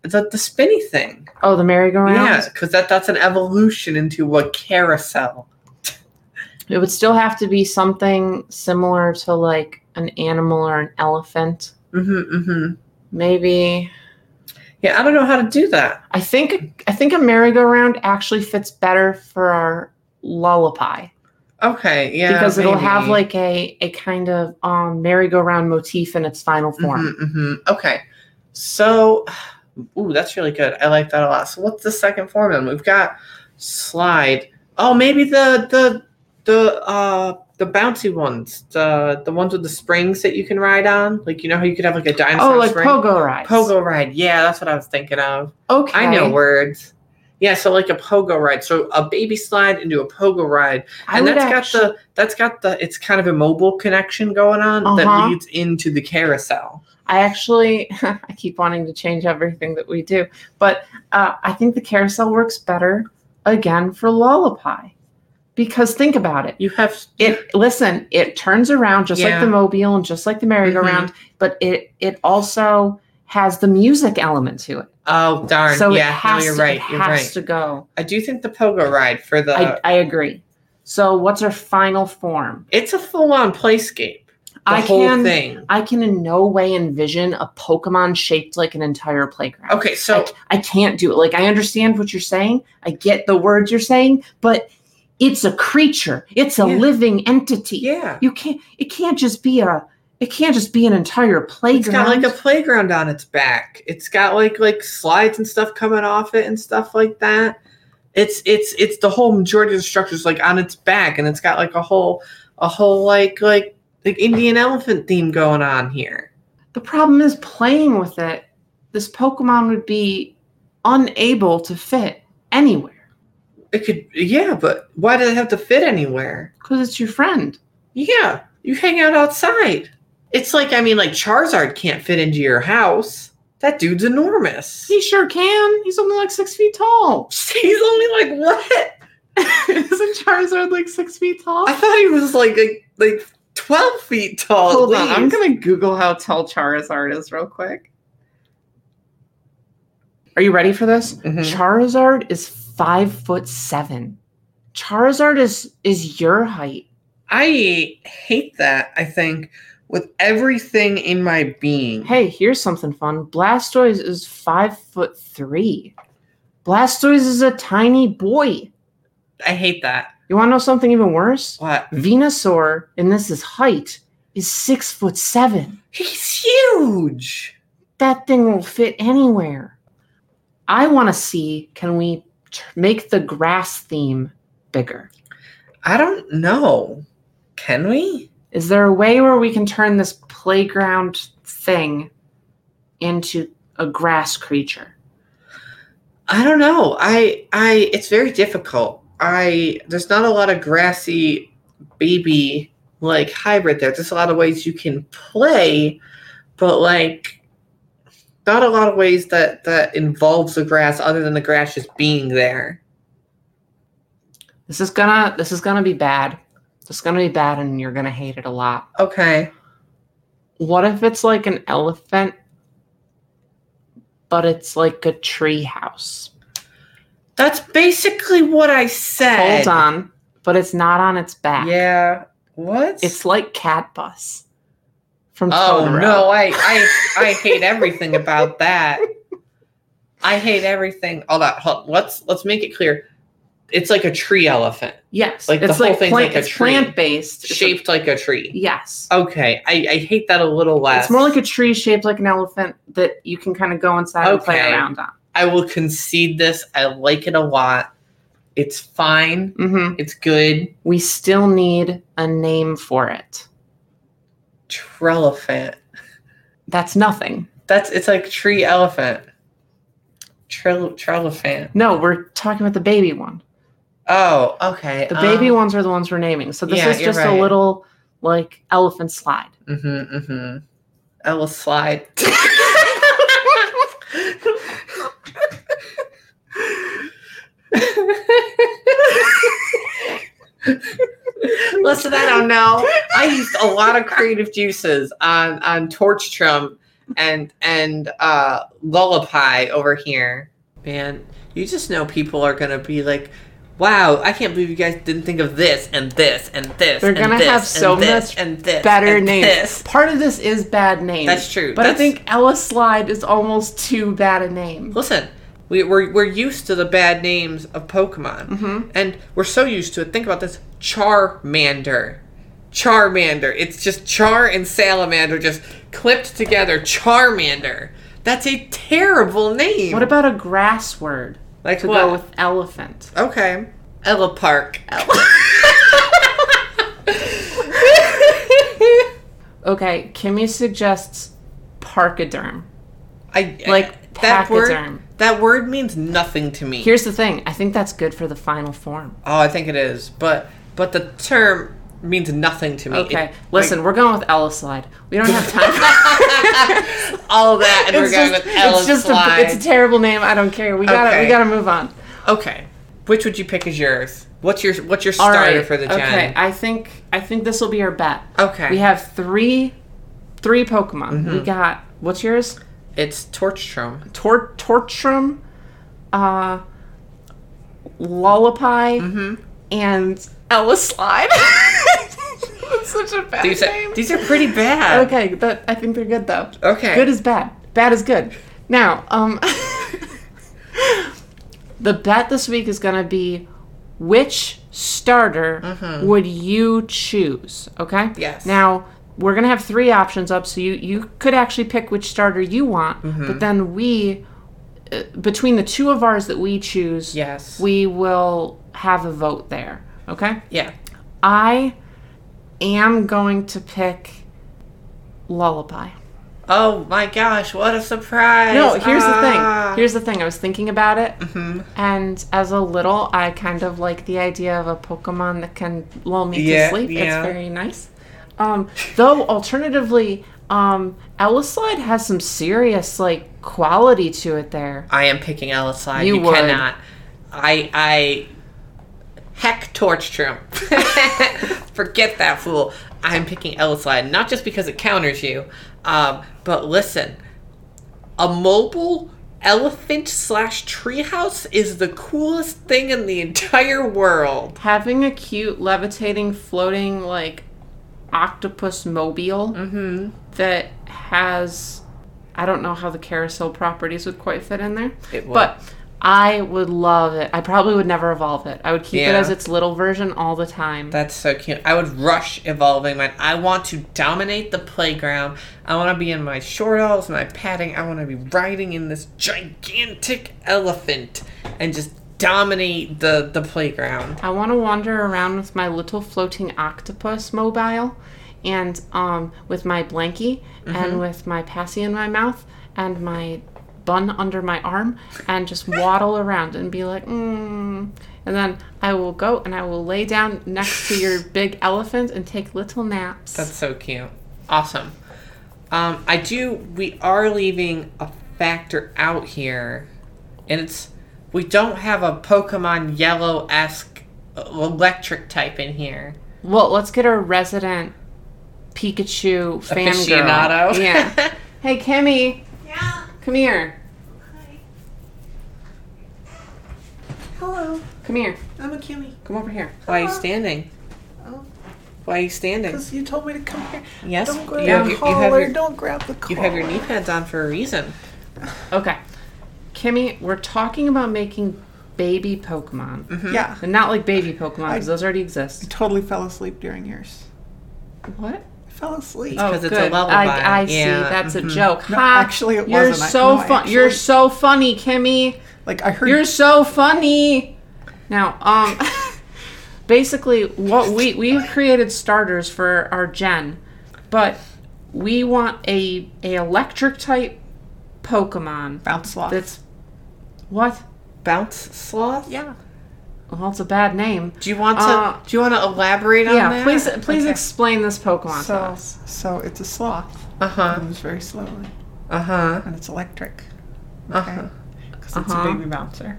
[SPEAKER 3] The the spinny thing.
[SPEAKER 2] Oh, the merry-go-round.
[SPEAKER 3] Yeah, because that that's an evolution into a carousel.
[SPEAKER 2] It would still have to be something similar to like an animal or an elephant.
[SPEAKER 3] Mm-hmm, mm-hmm.
[SPEAKER 2] Maybe
[SPEAKER 3] Yeah, I don't know how to do that.
[SPEAKER 2] I think I think a merry-go-round actually fits better for our lullaby
[SPEAKER 3] Okay, yeah,
[SPEAKER 2] because it'll have
[SPEAKER 3] maybe.
[SPEAKER 2] like a a kind of um merry-go-round motif in its final form.
[SPEAKER 3] Mhm, mhm. Okay. So, [sighs] ooh, that's really good. I like that a lot. So, what's the second form? Then we've got slide. Oh, maybe the the the uh the bouncy ones, the the ones with the springs that you can ride on. Like you know how you could have like a dinosaur
[SPEAKER 2] Oh, like
[SPEAKER 3] spring.
[SPEAKER 2] pogo rides.
[SPEAKER 3] Pogo ride. Yeah, that's what I was thinking of.
[SPEAKER 2] Okay.
[SPEAKER 3] I know words. Yeah, so like a pogo ride. So a baby slide into a pogo ride
[SPEAKER 2] I
[SPEAKER 3] and
[SPEAKER 2] would
[SPEAKER 3] that's
[SPEAKER 2] actu-
[SPEAKER 3] got the that's got the it's kind of a mobile connection going on
[SPEAKER 2] Uh-huh.
[SPEAKER 3] that leads into the carousel.
[SPEAKER 2] I actually [laughs] I keep wanting to change everything that we do, but uh, I think the carousel works better again for lullaby because think about it.
[SPEAKER 3] You have
[SPEAKER 2] it listen it turns around just like
[SPEAKER 3] Yeah. Mm-hmm.
[SPEAKER 2] the mobile and just like the merry-go-round but it it also has the music element to it
[SPEAKER 3] oh darn
[SPEAKER 2] so
[SPEAKER 3] yeah
[SPEAKER 2] it
[SPEAKER 3] no,
[SPEAKER 2] has
[SPEAKER 3] you're
[SPEAKER 2] to,
[SPEAKER 3] right
[SPEAKER 2] it
[SPEAKER 3] you're
[SPEAKER 2] has
[SPEAKER 3] right. Uh,
[SPEAKER 2] to go
[SPEAKER 3] I do think the pogo ride for the
[SPEAKER 2] I, I agree so what's our final form
[SPEAKER 3] it's a full on playscape. The
[SPEAKER 2] i
[SPEAKER 3] whole
[SPEAKER 2] can
[SPEAKER 3] thing.
[SPEAKER 2] i can in no way envision a pokemon shaped like an entire playground
[SPEAKER 3] Okay, so
[SPEAKER 2] I, I can't do it like i understand what you're saying i get the words you're saying but it's a creature it's a
[SPEAKER 3] Yeah.
[SPEAKER 2] living entity
[SPEAKER 3] yeah,
[SPEAKER 2] You can't. It can't just be a. It can't just be an entire playground.
[SPEAKER 3] it's got like a playground on its back. It's got like like slides and stuff coming off it and stuff like that. It's it's it's the whole majority of the structures like on its back, and it's got like a whole a whole like like like Indian elephant theme going on here.
[SPEAKER 2] the problem is playing with it. This Pokemon would be unable to fit anywhere
[SPEAKER 3] It could, yeah, but why does it have to fit anywhere?
[SPEAKER 2] because it's your friend.
[SPEAKER 3] Yeah, you hang out outside. It's like, I mean, like Charizard can't fit into your house. That dude's enormous.
[SPEAKER 2] He sure can. He's only like six feet tall.
[SPEAKER 3] [laughs]
[SPEAKER 2] [laughs]
[SPEAKER 3] He's only like what?
[SPEAKER 2] Isn't Charizard like six feet tall?
[SPEAKER 3] I thought he was like like, like twelve feet tall. at
[SPEAKER 2] Hold on, I'm
[SPEAKER 3] least.
[SPEAKER 2] gonna Google how tall Charizard is real quick. Are you ready for this?
[SPEAKER 3] Mhm.
[SPEAKER 2] Charizard is five foot seven. Charizard is is your height.
[SPEAKER 3] I hate that, I think, with everything in my being.
[SPEAKER 2] Hey, here's something fun. Blastoise is five foot three. Blastoise is a tiny boy.
[SPEAKER 3] I hate that.
[SPEAKER 2] You want to know something even worse?
[SPEAKER 3] What?
[SPEAKER 2] Venusaur, and this is height, is six foot seven.
[SPEAKER 3] He's huge.
[SPEAKER 2] That thing will fit anywhere. I want to see can we tr- make the grass theme bigger?
[SPEAKER 3] I don't know. Can we?
[SPEAKER 2] Is there a way where we can turn this playground thing into a grass creature?
[SPEAKER 3] I don't know. I I it's very difficult. I there's not a lot of grassy baby like hybrid there. There's a lot of ways you can play, but like not a lot of ways that that involves the grass other than the grass just being there.
[SPEAKER 2] This is gonna this is gonna be bad. This is gonna be bad and you're gonna hate it a lot.
[SPEAKER 3] Okay.
[SPEAKER 2] What if it's like an elephant but it's like a tree house?
[SPEAKER 3] That's basically what I said.
[SPEAKER 2] Hold on, but it's not on its back.
[SPEAKER 3] Yeah. What?
[SPEAKER 2] It's like cat bus from
[SPEAKER 3] Oh
[SPEAKER 2] Totoro.
[SPEAKER 3] no, I, I
[SPEAKER 2] [laughs]
[SPEAKER 3] I hate everything about that. I hate everything. All that. Hold, let's let's make it clear. It's like a tree elephant,
[SPEAKER 2] Yes,
[SPEAKER 3] Like, the
[SPEAKER 2] it's
[SPEAKER 3] whole
[SPEAKER 2] like,
[SPEAKER 3] thing's
[SPEAKER 2] plant,
[SPEAKER 3] like a
[SPEAKER 2] it's
[SPEAKER 3] tree.
[SPEAKER 2] plant-based. It's a-
[SPEAKER 3] shaped like a tree.
[SPEAKER 2] yes.
[SPEAKER 3] Okay, I, I hate that a little less.
[SPEAKER 2] It's more like a tree shaped like an elephant that you can kind of go inside and play
[SPEAKER 3] Okay.
[SPEAKER 2] around on.
[SPEAKER 3] I will concede this. I like it a lot. It's fine.
[SPEAKER 2] hmm
[SPEAKER 3] It's good.
[SPEAKER 2] We still need a name for it.
[SPEAKER 3] Trelephant.
[SPEAKER 2] That's nothing.
[SPEAKER 3] That's it's like tree elephant. Trel trelephant.
[SPEAKER 2] No, we're talking about the baby one.
[SPEAKER 3] Oh, okay.
[SPEAKER 2] The baby
[SPEAKER 3] um,
[SPEAKER 2] ones are the ones we're naming. So this
[SPEAKER 3] yeah,
[SPEAKER 2] is
[SPEAKER 3] you're
[SPEAKER 2] just
[SPEAKER 3] right.
[SPEAKER 2] a little like elephant slide.
[SPEAKER 3] Mm-hmm, mm-hmm. I will slide. Listen, I don't know. I used a lot of creative juices on on Torchtrum and and uh, Lullaby over here. Man, you just know people are gonna be like, "Wow, I can't believe you guys didn't think of this and this and this."
[SPEAKER 2] They're
[SPEAKER 3] and
[SPEAKER 2] gonna
[SPEAKER 3] this
[SPEAKER 2] have
[SPEAKER 3] and
[SPEAKER 2] so
[SPEAKER 3] this
[SPEAKER 2] much
[SPEAKER 3] and this
[SPEAKER 2] Better
[SPEAKER 3] and
[SPEAKER 2] names.
[SPEAKER 3] this."
[SPEAKER 2] Part of this is bad names.
[SPEAKER 3] That's true.
[SPEAKER 2] But I
[SPEAKER 3] That's-
[SPEAKER 2] think Ella Slide is almost too bad a name.
[SPEAKER 3] Listen, we, we're we're used to the bad names of Pokemon,
[SPEAKER 2] Mm-hmm.
[SPEAKER 3] and we're so used to it. Think about this: Charmander, Charmander. It's just Char and Salamander just clipped together. Charmander. That's a terrible name.
[SPEAKER 2] What about a grass word
[SPEAKER 3] like
[SPEAKER 2] to
[SPEAKER 3] what?
[SPEAKER 2] go with elephant?
[SPEAKER 3] okay, Ella Park.
[SPEAKER 2] [laughs] Okay, Kimmy suggests parkoderm.
[SPEAKER 3] [laughs] I
[SPEAKER 2] Like
[SPEAKER 3] that
[SPEAKER 2] pachyderm.
[SPEAKER 3] word. That word means nothing to me.
[SPEAKER 2] Here's the thing. I think that's good for the final form.
[SPEAKER 3] oh, I think it is, but but the term means nothing to me.
[SPEAKER 2] Okay.
[SPEAKER 3] It-
[SPEAKER 2] Listen, we're going with Ella slide. We don't have time.
[SPEAKER 3] all that,
[SPEAKER 2] [laughs]
[SPEAKER 3] and
[SPEAKER 2] It's
[SPEAKER 3] [laughs] we're going
[SPEAKER 2] just-
[SPEAKER 3] with Ella
[SPEAKER 2] it's just
[SPEAKER 3] Slide.
[SPEAKER 2] a, it's a terrible name. I don't care. We gotta we
[SPEAKER 3] Okay.
[SPEAKER 2] gotta move on.
[SPEAKER 3] okay, which would you pick as yours? What's your what's your
[SPEAKER 2] All
[SPEAKER 3] starter
[SPEAKER 2] right.
[SPEAKER 3] for the gen?
[SPEAKER 2] Okay. I think I think this will be our bet.
[SPEAKER 3] Okay. Mm-hmm.
[SPEAKER 2] We have three three Pokemon. We got what's yours?
[SPEAKER 3] It's Torchtrum.
[SPEAKER 2] Tor- Tortrum, uh, Lullaby,
[SPEAKER 3] Mm-hmm.
[SPEAKER 2] and Ella Slide. That's [laughs] such a bad
[SPEAKER 3] These
[SPEAKER 2] name.
[SPEAKER 3] are, these are pretty bad.
[SPEAKER 2] Okay, but I think they're good though.
[SPEAKER 3] Okay.
[SPEAKER 2] Good is bad. Bad is good. Now,
[SPEAKER 3] [laughs]
[SPEAKER 2] um the bet this week is gonna be which starter would you choose? Okay?
[SPEAKER 3] Mm-hmm. Yes.
[SPEAKER 2] Now we're gonna have three options up, so you you could actually pick which starter you want,
[SPEAKER 3] Mm-hmm.
[SPEAKER 2] but then we uh, between the two of ours that we choose,
[SPEAKER 3] Yes.
[SPEAKER 2] we will have a vote there. Okay?
[SPEAKER 3] yeah.
[SPEAKER 2] I am going to pick Lullaby.
[SPEAKER 3] Oh my gosh! What a surprise!
[SPEAKER 2] No, here's the
[SPEAKER 3] Ah. Mm-hmm.
[SPEAKER 2] thing. Here's the thing. I was thinking about it, and as a little, I kind of like the idea of a Pokemon that can lull me
[SPEAKER 3] Yeah,
[SPEAKER 2] to sleep.
[SPEAKER 3] yeah.
[SPEAKER 2] It's very nice. Um, though, alternatively, um, Ellislide has some serious like quality to it. There,
[SPEAKER 3] I am picking Ella Slide.
[SPEAKER 2] You
[SPEAKER 3] You,
[SPEAKER 2] would.
[SPEAKER 3] cannot. I I heck Torchtrum. [laughs] Forget that fool. I'm picking Ella Slide not just because it counters you, um, but listen, a mobile
[SPEAKER 4] elephant slash treehouse is the coolest thing in the entire world.
[SPEAKER 2] Having a cute levitating, floating like octopus mobile
[SPEAKER 4] Mm-hmm.
[SPEAKER 2] that has I don't know how the carousel properties would quite fit in there.
[SPEAKER 4] It would.
[SPEAKER 2] But I would love it. I probably would never evolve it. I would keep it
[SPEAKER 3] Yeah.
[SPEAKER 2] as its little version all the time.
[SPEAKER 3] That's so cute. I would rush evolving mine. I want to dominate the playground. I want to be in my shortalls, my padding. I want to be riding in this gigantic elephant and just dominate the the playground.
[SPEAKER 2] I want to wander around with my little floating octopus mobile and um, with my blankie
[SPEAKER 3] Mm-hmm.
[SPEAKER 2] and with my passy in my mouth and my bun under my arm and just waddle around and be like, mm. And then I will go and I will lay down next to
[SPEAKER 3] [laughs]
[SPEAKER 2] your big elephant and take little naps.
[SPEAKER 3] That's so cute. Awesome. Um, I do. We are leaving a factor out here, and it's we don't have a Pokemon Yellow esque electric type in here.
[SPEAKER 2] well, let's get our resident Pikachu fangirl.
[SPEAKER 3] Aficionado. [laughs]
[SPEAKER 2] Yeah. hey, Kimmy,
[SPEAKER 5] Yeah.
[SPEAKER 2] come here.
[SPEAKER 5] Hi. Hello.
[SPEAKER 2] Come here.
[SPEAKER 5] I'm a Kimmy.
[SPEAKER 2] Come over here.
[SPEAKER 3] Why are you standing?
[SPEAKER 5] Oh.
[SPEAKER 3] Why are you standing?
[SPEAKER 5] Because you told me to come here.
[SPEAKER 3] Yes,
[SPEAKER 5] Don't grab
[SPEAKER 3] you have,
[SPEAKER 5] the
[SPEAKER 3] your- you
[SPEAKER 5] collar.
[SPEAKER 3] have your,
[SPEAKER 5] Don't grab the
[SPEAKER 3] you
[SPEAKER 5] collar.
[SPEAKER 3] have your knee pads on for a reason.
[SPEAKER 2] Okay. Kimmy, we're talking about making baby Pokemon. Mm-hmm.
[SPEAKER 5] Yeah.
[SPEAKER 2] And not like baby Pokemon, because
[SPEAKER 5] I-
[SPEAKER 2] those already
[SPEAKER 5] I
[SPEAKER 2] exist.
[SPEAKER 5] totally fell asleep during yours.
[SPEAKER 2] What?
[SPEAKER 5] I fell asleep.
[SPEAKER 2] Oh,
[SPEAKER 3] 'cause it's a
[SPEAKER 2] good.
[SPEAKER 3] lullaby.
[SPEAKER 2] I, I see.
[SPEAKER 3] Yeah, Mm-hmm.
[SPEAKER 2] That's a joke.
[SPEAKER 5] No,
[SPEAKER 2] ha,
[SPEAKER 5] actually, it
[SPEAKER 2] you're
[SPEAKER 5] wasn't. I-
[SPEAKER 2] so
[SPEAKER 5] no, I
[SPEAKER 2] fun. You're
[SPEAKER 5] actually-
[SPEAKER 2] so funny, Kimmy.
[SPEAKER 5] Like I heard.
[SPEAKER 2] You're so funny. Now, um, [laughs] basically, what we we've created starters for our gen, but we want a a electric type Pokemon
[SPEAKER 5] bounce off.
[SPEAKER 2] that's what?
[SPEAKER 3] Bounce sloth.
[SPEAKER 5] yeah.
[SPEAKER 2] Well, it's a bad name.
[SPEAKER 3] Do you want to?
[SPEAKER 2] Uh,
[SPEAKER 3] do you want to elaborate on that?
[SPEAKER 2] Yeah, please please
[SPEAKER 5] Okay.
[SPEAKER 2] explain this Pokemon to
[SPEAKER 5] So,
[SPEAKER 2] us.
[SPEAKER 5] so it's a sloth.
[SPEAKER 3] Uh huh.
[SPEAKER 5] It moves very slowly,
[SPEAKER 3] Uh huh.
[SPEAKER 5] and it's electric.
[SPEAKER 3] Uh
[SPEAKER 5] Okay.
[SPEAKER 3] huh.
[SPEAKER 5] Because it's a
[SPEAKER 2] Uh-huh.
[SPEAKER 5] baby bouncer.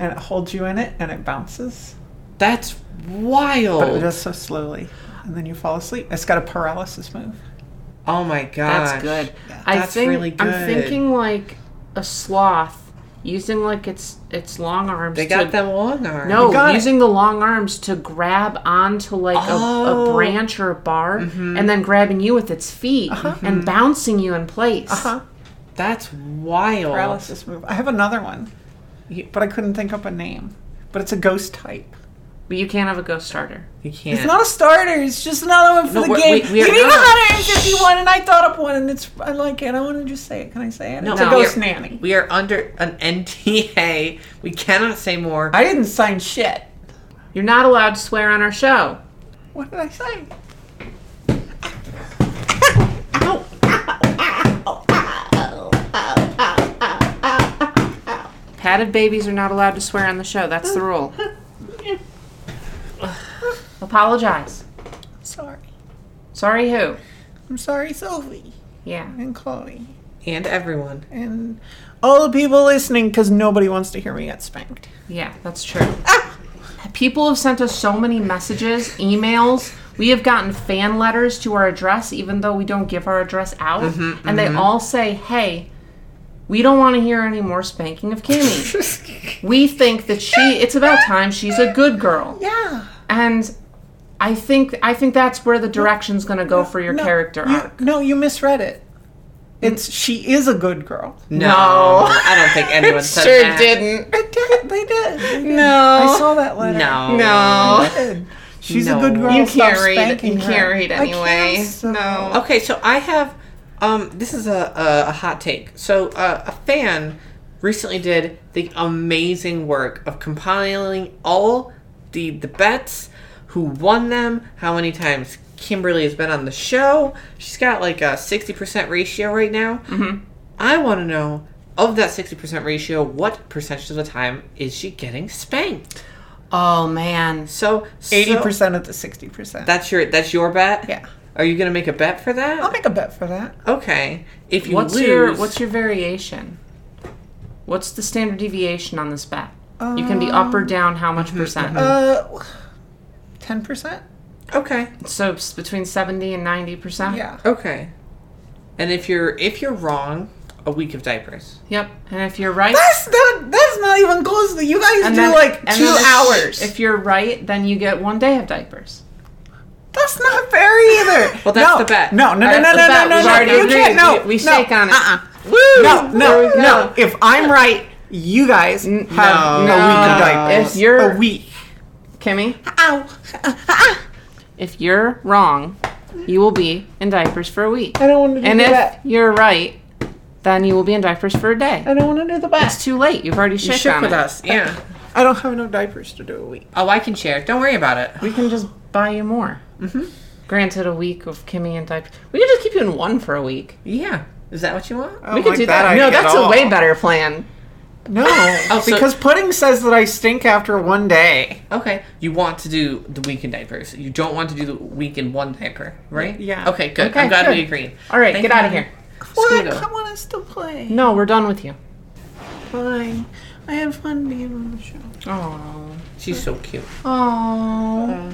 [SPEAKER 5] and it holds you in it, and it bounces.
[SPEAKER 3] That's
[SPEAKER 5] But it
[SPEAKER 3] wild.
[SPEAKER 5] does so slowly. And then you fall asleep. It's got a paralysis move.
[SPEAKER 3] Oh my god.
[SPEAKER 2] That's good.
[SPEAKER 5] Yeah.
[SPEAKER 2] I
[SPEAKER 3] That's
[SPEAKER 2] think
[SPEAKER 3] really
[SPEAKER 2] I'm
[SPEAKER 3] good.
[SPEAKER 2] thinking like a sloth using like its its long arms.
[SPEAKER 3] They
[SPEAKER 2] to,
[SPEAKER 3] got them long arms.
[SPEAKER 2] No,
[SPEAKER 5] got it.
[SPEAKER 2] using the long arms to grab onto like a, a
[SPEAKER 3] Oh.
[SPEAKER 2] branch or a bar,
[SPEAKER 5] Mm-hmm.
[SPEAKER 2] and then grabbing you with its feet and bouncing you in place.
[SPEAKER 5] Uh-huh.
[SPEAKER 3] That's wild.
[SPEAKER 5] Paralysis move. I have another one,
[SPEAKER 3] You-
[SPEAKER 5] but I couldn't think up a name. But it's a ghost type.
[SPEAKER 2] But you can't have a ghost starter.
[SPEAKER 3] You can't.
[SPEAKER 5] It's not a starter. It's just another one for
[SPEAKER 3] No,
[SPEAKER 5] the
[SPEAKER 3] we're-
[SPEAKER 5] game.
[SPEAKER 3] we- we are
[SPEAKER 5] you need
[SPEAKER 3] not-
[SPEAKER 5] 151, and I thought up one, and it's I like it. I want to just say it. Can I say it?
[SPEAKER 3] No,
[SPEAKER 5] it's a
[SPEAKER 2] no.
[SPEAKER 5] ghost
[SPEAKER 3] We're-
[SPEAKER 5] nanny.
[SPEAKER 3] we are under an NTA. We cannot say more.
[SPEAKER 5] I didn't sign shit.
[SPEAKER 2] You're not allowed to swear on our show.
[SPEAKER 5] What did I say?
[SPEAKER 2] Padded babies are not allowed to swear on the show. That's the
[SPEAKER 5] [laughs]
[SPEAKER 2] rule. Apologize.
[SPEAKER 5] Sorry.
[SPEAKER 2] Sorry, who?
[SPEAKER 5] I'm sorry, Sophie
[SPEAKER 2] Yeah.
[SPEAKER 5] and Chloe
[SPEAKER 3] and everyone.
[SPEAKER 5] and all the people listening, because nobody wants to hear me get spanked.
[SPEAKER 2] Yeah, that's true. Ah! People have sent us so many messages, emails. We have gotten fan letters to our address, even though we don't give our address out. and
[SPEAKER 3] Mm-hmm,
[SPEAKER 2] they all say, hey, we don't want to hear any more spanking of Kimmy.
[SPEAKER 3] [laughs]
[SPEAKER 2] we think that she, it's about time she's a good girl.
[SPEAKER 5] Yeah.
[SPEAKER 2] And I think I think that's where the direction's going to go for your character
[SPEAKER 5] you-
[SPEAKER 2] arc.
[SPEAKER 5] No, you misread it.
[SPEAKER 3] Mm.
[SPEAKER 5] It's she is a good girl.
[SPEAKER 3] No, I don't think
[SPEAKER 2] [laughs]
[SPEAKER 3] anyone said that.
[SPEAKER 2] didn't.
[SPEAKER 5] I did. They did. They did.
[SPEAKER 2] No.
[SPEAKER 5] I saw that letter.
[SPEAKER 3] No.
[SPEAKER 5] They did. She's a good
[SPEAKER 3] No.
[SPEAKER 5] girl.
[SPEAKER 2] Oh. You
[SPEAKER 5] Stop
[SPEAKER 2] can't read it. You
[SPEAKER 5] spanking
[SPEAKER 2] can't
[SPEAKER 5] her.
[SPEAKER 2] read
[SPEAKER 5] I
[SPEAKER 2] anyway.
[SPEAKER 5] can't, so-
[SPEAKER 2] No.
[SPEAKER 3] Okay, so I have. Um, this is a, a, a hot take. So uh, a fan recently did the amazing work of compiling all the the bets, who won them, how many times Kimberly has been on the show. She's got like a sixty percent ratio right now.
[SPEAKER 5] Mm-hmm.
[SPEAKER 3] I want to know of that sixty percent ratio, what percentage of the time is she getting spanked?
[SPEAKER 2] Oh, man.
[SPEAKER 3] So so-
[SPEAKER 5] Eighty percent of the sixty percent.
[SPEAKER 3] That's your that's your bet.
[SPEAKER 5] Yeah. Oh,
[SPEAKER 3] Are you gonna make a bet for that?
[SPEAKER 5] I'll make a bet for that.
[SPEAKER 3] Mm. Okay. If you
[SPEAKER 2] What's
[SPEAKER 3] lose,
[SPEAKER 2] your what's your variation? What's the standard deviation on this bet? you can be up or
[SPEAKER 5] Um,
[SPEAKER 2] down how much percent?
[SPEAKER 5] Uh, ten percent.
[SPEAKER 3] okay.
[SPEAKER 2] so it's between 70 and 90%?
[SPEAKER 5] Yeah.
[SPEAKER 3] Okay. And if you're if you're wrong, a week of diapers.
[SPEAKER 2] Yep. And if you're right,
[SPEAKER 5] That's not. That's not even close. To, you guys do like
[SPEAKER 2] and
[SPEAKER 5] two
[SPEAKER 2] then if-
[SPEAKER 5] hours.
[SPEAKER 2] If you're right, then you get one day of diapers.
[SPEAKER 5] that's not fair either.
[SPEAKER 4] Well, that's
[SPEAKER 5] no,
[SPEAKER 4] the bet.
[SPEAKER 5] No, no, no,
[SPEAKER 4] That's
[SPEAKER 5] no,
[SPEAKER 4] the
[SPEAKER 5] no,
[SPEAKER 4] bet.
[SPEAKER 5] no,
[SPEAKER 4] We've
[SPEAKER 5] no.
[SPEAKER 4] already
[SPEAKER 5] you
[SPEAKER 2] agreed.
[SPEAKER 5] can't. No,
[SPEAKER 2] We- we
[SPEAKER 5] no,
[SPEAKER 2] shake on it.
[SPEAKER 5] Uh-uh.
[SPEAKER 2] Woo!
[SPEAKER 5] No, no,
[SPEAKER 2] There we
[SPEAKER 5] no.
[SPEAKER 2] go.
[SPEAKER 5] If I'm right, you guys have
[SPEAKER 3] No.
[SPEAKER 5] a week
[SPEAKER 2] No.
[SPEAKER 5] of diapers.
[SPEAKER 2] If you're-
[SPEAKER 5] a week.
[SPEAKER 2] Kimmy,
[SPEAKER 5] Ow.
[SPEAKER 2] if you're wrong, you will be in diapers for a week.
[SPEAKER 5] I don't want to do
[SPEAKER 2] And
[SPEAKER 5] the
[SPEAKER 2] if
[SPEAKER 5] Oh, bet.
[SPEAKER 2] you're right, then you will be in diapers for a day.
[SPEAKER 5] I don't want to do the
[SPEAKER 2] It's
[SPEAKER 5] best.
[SPEAKER 2] too late. You've already
[SPEAKER 4] You
[SPEAKER 2] shit
[SPEAKER 4] ship
[SPEAKER 2] on
[SPEAKER 4] with
[SPEAKER 2] it.
[SPEAKER 4] us. Yeah.
[SPEAKER 5] I don't have enough diapers to do a week.
[SPEAKER 3] Oh, I can share. Don't worry about it.
[SPEAKER 2] We can just buy you more. Mm-hmm. Granted, a week of Kimmy and diapers. We could just keep you in one for a week.
[SPEAKER 3] Yeah. Is that what you want?
[SPEAKER 5] I
[SPEAKER 2] we
[SPEAKER 5] don't
[SPEAKER 2] could
[SPEAKER 5] like
[SPEAKER 2] do that.
[SPEAKER 5] idea
[SPEAKER 2] no,
[SPEAKER 5] at
[SPEAKER 2] that's a
[SPEAKER 5] all.
[SPEAKER 2] way better Oh, plan. [laughs]
[SPEAKER 5] No,
[SPEAKER 3] so-
[SPEAKER 5] because pudding says that I stink after one day.
[SPEAKER 3] Okay. You want to do the week in diapers. You don't want to do the week in one diaper, right?
[SPEAKER 5] Yeah.
[SPEAKER 3] Okay, good.
[SPEAKER 2] Okay,
[SPEAKER 3] I'm glad we
[SPEAKER 2] good.
[SPEAKER 3] agreed.
[SPEAKER 2] All right,
[SPEAKER 3] Thank
[SPEAKER 2] get
[SPEAKER 3] you.
[SPEAKER 2] out of here.
[SPEAKER 5] What?
[SPEAKER 3] Scudo.
[SPEAKER 5] I want us to play.
[SPEAKER 2] No, we're done with you.
[SPEAKER 5] Fine. I had fun being on the show.
[SPEAKER 2] Oh.
[SPEAKER 3] She's so cute. Uh,
[SPEAKER 2] Oh.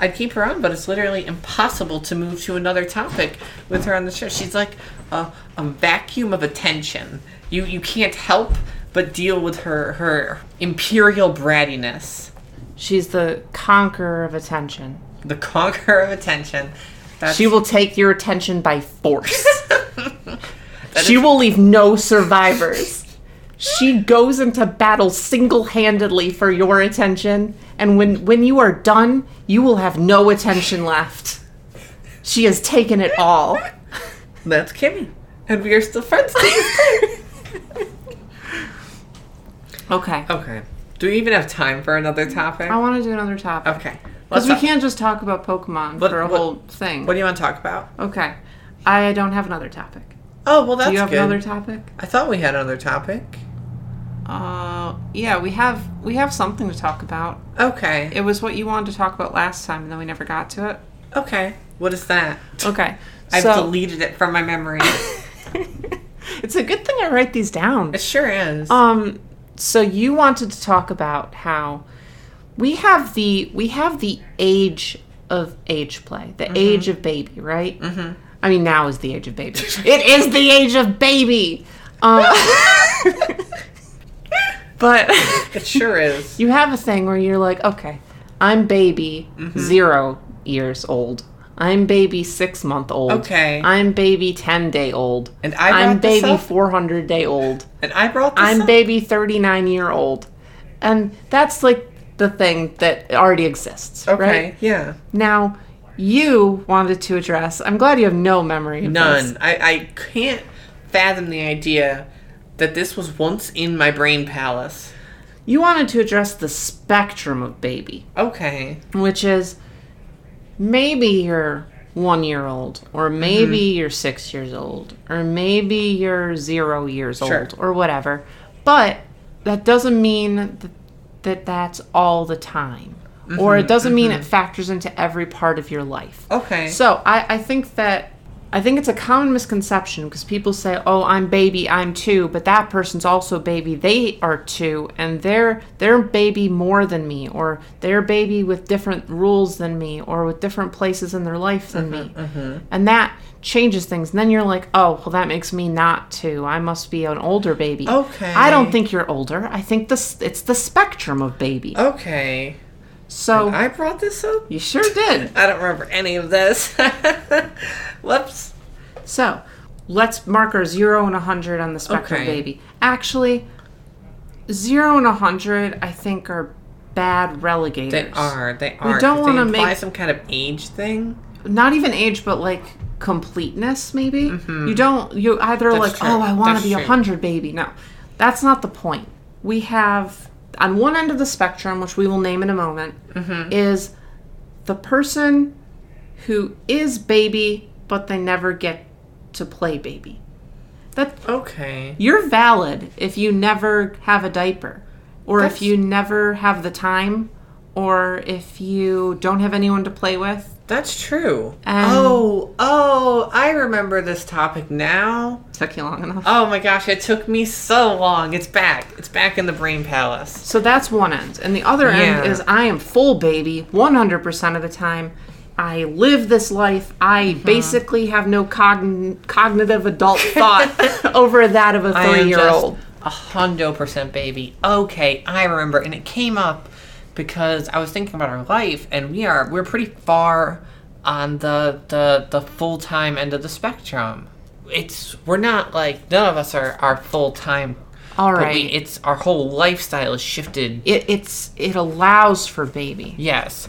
[SPEAKER 3] I'd keep her on, but it's literally impossible to move to another topic with her on the show. She's like a, a vacuum of attention. You you can't help but deal with her her imperial brattiness,
[SPEAKER 2] She's the conqueror of attention.
[SPEAKER 3] the conqueror of attention. That's,
[SPEAKER 2] She will take your attention by force.
[SPEAKER 3] That
[SPEAKER 2] she
[SPEAKER 3] is-
[SPEAKER 2] will leave no survivors. she goes into battle single-handedly for your attention, and when when you are done, you will have no attention left. She has taken it all.
[SPEAKER 3] [laughs] That's Kimmy, and we are still friends. [laughs] to this day.
[SPEAKER 2] Okay.
[SPEAKER 3] okay. Do we even have time for another topic?
[SPEAKER 2] I want to do another topic.
[SPEAKER 3] Okay.
[SPEAKER 2] Because
[SPEAKER 3] Let's
[SPEAKER 2] we
[SPEAKER 3] talk-
[SPEAKER 2] can't just talk about Pokemon
[SPEAKER 3] What-
[SPEAKER 2] for a
[SPEAKER 3] what-
[SPEAKER 2] whole thing.
[SPEAKER 3] What do you want to talk about?
[SPEAKER 2] okay. I don't have another topic.
[SPEAKER 3] Oh well, that's
[SPEAKER 2] do you have
[SPEAKER 3] good.
[SPEAKER 2] another topic?
[SPEAKER 3] I thought we had another topic.
[SPEAKER 2] Uh, yeah, we have we have something to talk about.
[SPEAKER 3] Okay.
[SPEAKER 2] It was what you wanted to talk about last time, and then we never got to it.
[SPEAKER 3] Okay. What is that?
[SPEAKER 2] Okay,
[SPEAKER 3] I've
[SPEAKER 2] so-
[SPEAKER 3] deleted it from
[SPEAKER 2] [laughs]
[SPEAKER 3] my memory.
[SPEAKER 2] it's a good thing I write these down.
[SPEAKER 3] it sure is.
[SPEAKER 2] Um, so you wanted to talk about how we have the we have the age of age play,
[SPEAKER 3] Mm-hmm.
[SPEAKER 2] the age of baby, right? Mm-hmm. I mean, now is the age of baby. it is the age of baby.
[SPEAKER 3] [laughs]
[SPEAKER 2] Um, but
[SPEAKER 3] it sure is.
[SPEAKER 2] you have a thing where you're like, okay, I'm baby
[SPEAKER 3] Mm-hmm.
[SPEAKER 2] zero years old. I'm baby six month old.
[SPEAKER 3] Okay.
[SPEAKER 2] I'm baby ten day old.
[SPEAKER 3] And I
[SPEAKER 2] I'm
[SPEAKER 3] brought this
[SPEAKER 2] baby
[SPEAKER 3] up?
[SPEAKER 2] four hundred day old.
[SPEAKER 3] And I brought this
[SPEAKER 2] I'm
[SPEAKER 3] up.
[SPEAKER 2] baby thirty nine year old. And that's like the thing that already exists.
[SPEAKER 3] Okay.
[SPEAKER 2] Right?
[SPEAKER 3] Yeah.
[SPEAKER 2] Now you wanted to address I'm glad you have no memory of this.
[SPEAKER 3] None. I, I can't fathom the idea that this was once in my brain palace.
[SPEAKER 2] You wanted to address the spectrum of baby.
[SPEAKER 3] Okay.
[SPEAKER 2] which is maybe you're one year old, or maybe you're six years old, or maybe you're zero years
[SPEAKER 3] Sure.
[SPEAKER 2] old, or whatever. But that doesn't mean th- that that's all the time, or it doesn't mean it factors into every part of your life.
[SPEAKER 3] Okay.
[SPEAKER 2] So I, I think that I think it's a common misconception because people say, "Oh, I'm baby, I'm two, but that person's also baby. They are two, and they're they're baby more than me, or they're baby with different rules than me, or with different places in their life than me,"
[SPEAKER 3] Mm-hmm,
[SPEAKER 2] and that changes things. And then you're like, "Oh, well, that makes me not two. I must be an older baby."
[SPEAKER 3] Okay.
[SPEAKER 2] I don't think you're older. I think this it's the spectrum of baby.
[SPEAKER 3] okay.
[SPEAKER 2] so
[SPEAKER 3] I brought this up?
[SPEAKER 2] you sure did.
[SPEAKER 3] I don't remember any of this. [laughs] Whoops.
[SPEAKER 2] So let's mark our zero and a hundred on the spectrum,
[SPEAKER 3] Okay.
[SPEAKER 2] baby. Actually, zero and a hundred, I think, are bad relegators.
[SPEAKER 3] They are. They are.
[SPEAKER 2] don't
[SPEAKER 3] 'cause
[SPEAKER 2] wanna
[SPEAKER 3] they imply
[SPEAKER 2] make-
[SPEAKER 3] some kind of age thing.
[SPEAKER 2] Not even age, but like completeness. Maybe you don't. You either like,
[SPEAKER 3] true.
[SPEAKER 2] oh, I want
[SPEAKER 3] Mm-hmm. That's
[SPEAKER 2] to be a
[SPEAKER 3] true.
[SPEAKER 2] hundred, baby. No, that's not the point. We have on one end of the spectrum, which we will name in a moment,
[SPEAKER 3] Mm-hmm.
[SPEAKER 2] is the person who is baby, but they never get to play baby. That
[SPEAKER 3] Okay.
[SPEAKER 2] you're valid if you never have a diaper or if
[SPEAKER 3] That's-
[SPEAKER 2] you never have the time or if you don't have anyone to play with
[SPEAKER 3] That's true.
[SPEAKER 2] Um,
[SPEAKER 3] oh, oh, I remember this topic now.
[SPEAKER 2] took you long enough
[SPEAKER 3] Oh my gosh, it took me so long. It's back. It's back in the brain palace.
[SPEAKER 2] so that's one end and the other end
[SPEAKER 3] Yeah.
[SPEAKER 2] is i am full baby 100% of the time I live this life. I basically have no cogn- cognitive [laughs] adult thought over that of a
[SPEAKER 3] I am
[SPEAKER 2] three year old.
[SPEAKER 3] just A hundo percent baby. Okay, I remember, and it came up because I was thinking about our life, and we are we're pretty far on the the the full time end of the spectrum. It's we're not like none of us are are full time.
[SPEAKER 2] All
[SPEAKER 3] but
[SPEAKER 2] right.
[SPEAKER 3] we, it's our whole lifestyle is shifted.
[SPEAKER 2] it, it's it allows for baby.
[SPEAKER 3] Yes,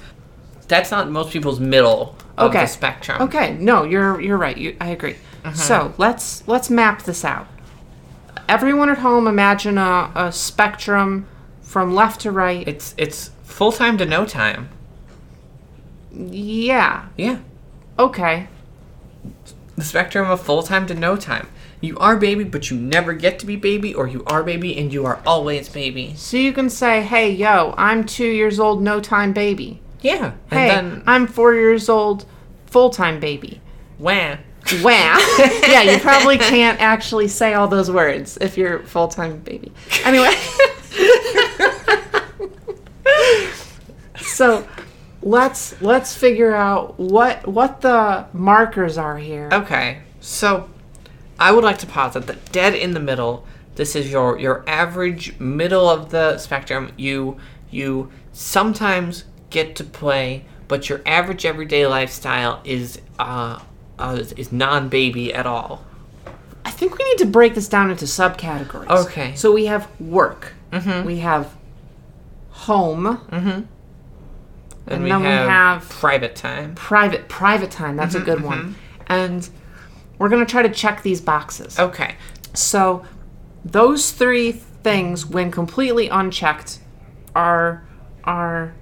[SPEAKER 3] that's not most people's middle of
[SPEAKER 2] Okay.
[SPEAKER 3] the spectrum.
[SPEAKER 2] Okay, no, you're you're right. You, I agree.
[SPEAKER 3] Uh-huh.
[SPEAKER 2] So let's let's map this out. Everyone at home, imagine a, a spectrum from left to right.
[SPEAKER 3] It's it's full time to no time.
[SPEAKER 2] yeah.
[SPEAKER 3] Yeah.
[SPEAKER 2] Okay.
[SPEAKER 3] the spectrum of full time to no time. You are baby, but you never get to be baby, or you are baby and you are always baby.
[SPEAKER 2] So you can say, "Hey, yo, I'm two years old, no time baby."
[SPEAKER 3] Yeah. And
[SPEAKER 2] Hey,
[SPEAKER 3] then,
[SPEAKER 2] I'm four years old, full time baby.
[SPEAKER 3] wah.
[SPEAKER 2] Wow. [laughs] yeah, you probably
[SPEAKER 3] [laughs]
[SPEAKER 2] can't actually say all those words if you're full time baby. Anyway. so let's let's figure out what what the markers are here.
[SPEAKER 3] Okay, so I would like to posit that dead in the middle, this is your your average middle of the spectrum. You you sometimes get to play, but your average everyday lifestyle is uh, uh is- is non baby at all.
[SPEAKER 2] I think we need to break this down into subcategories.
[SPEAKER 3] Okay. Mm-hmm.
[SPEAKER 2] So we have work. We have home.
[SPEAKER 3] And,
[SPEAKER 2] then we have-
[SPEAKER 3] private time.
[SPEAKER 2] Private private time. That's
[SPEAKER 3] Mm-hmm,
[SPEAKER 2] a good one. And we're gonna try to check these boxes.
[SPEAKER 3] Okay,
[SPEAKER 2] So, those three things, when completely unchecked, are are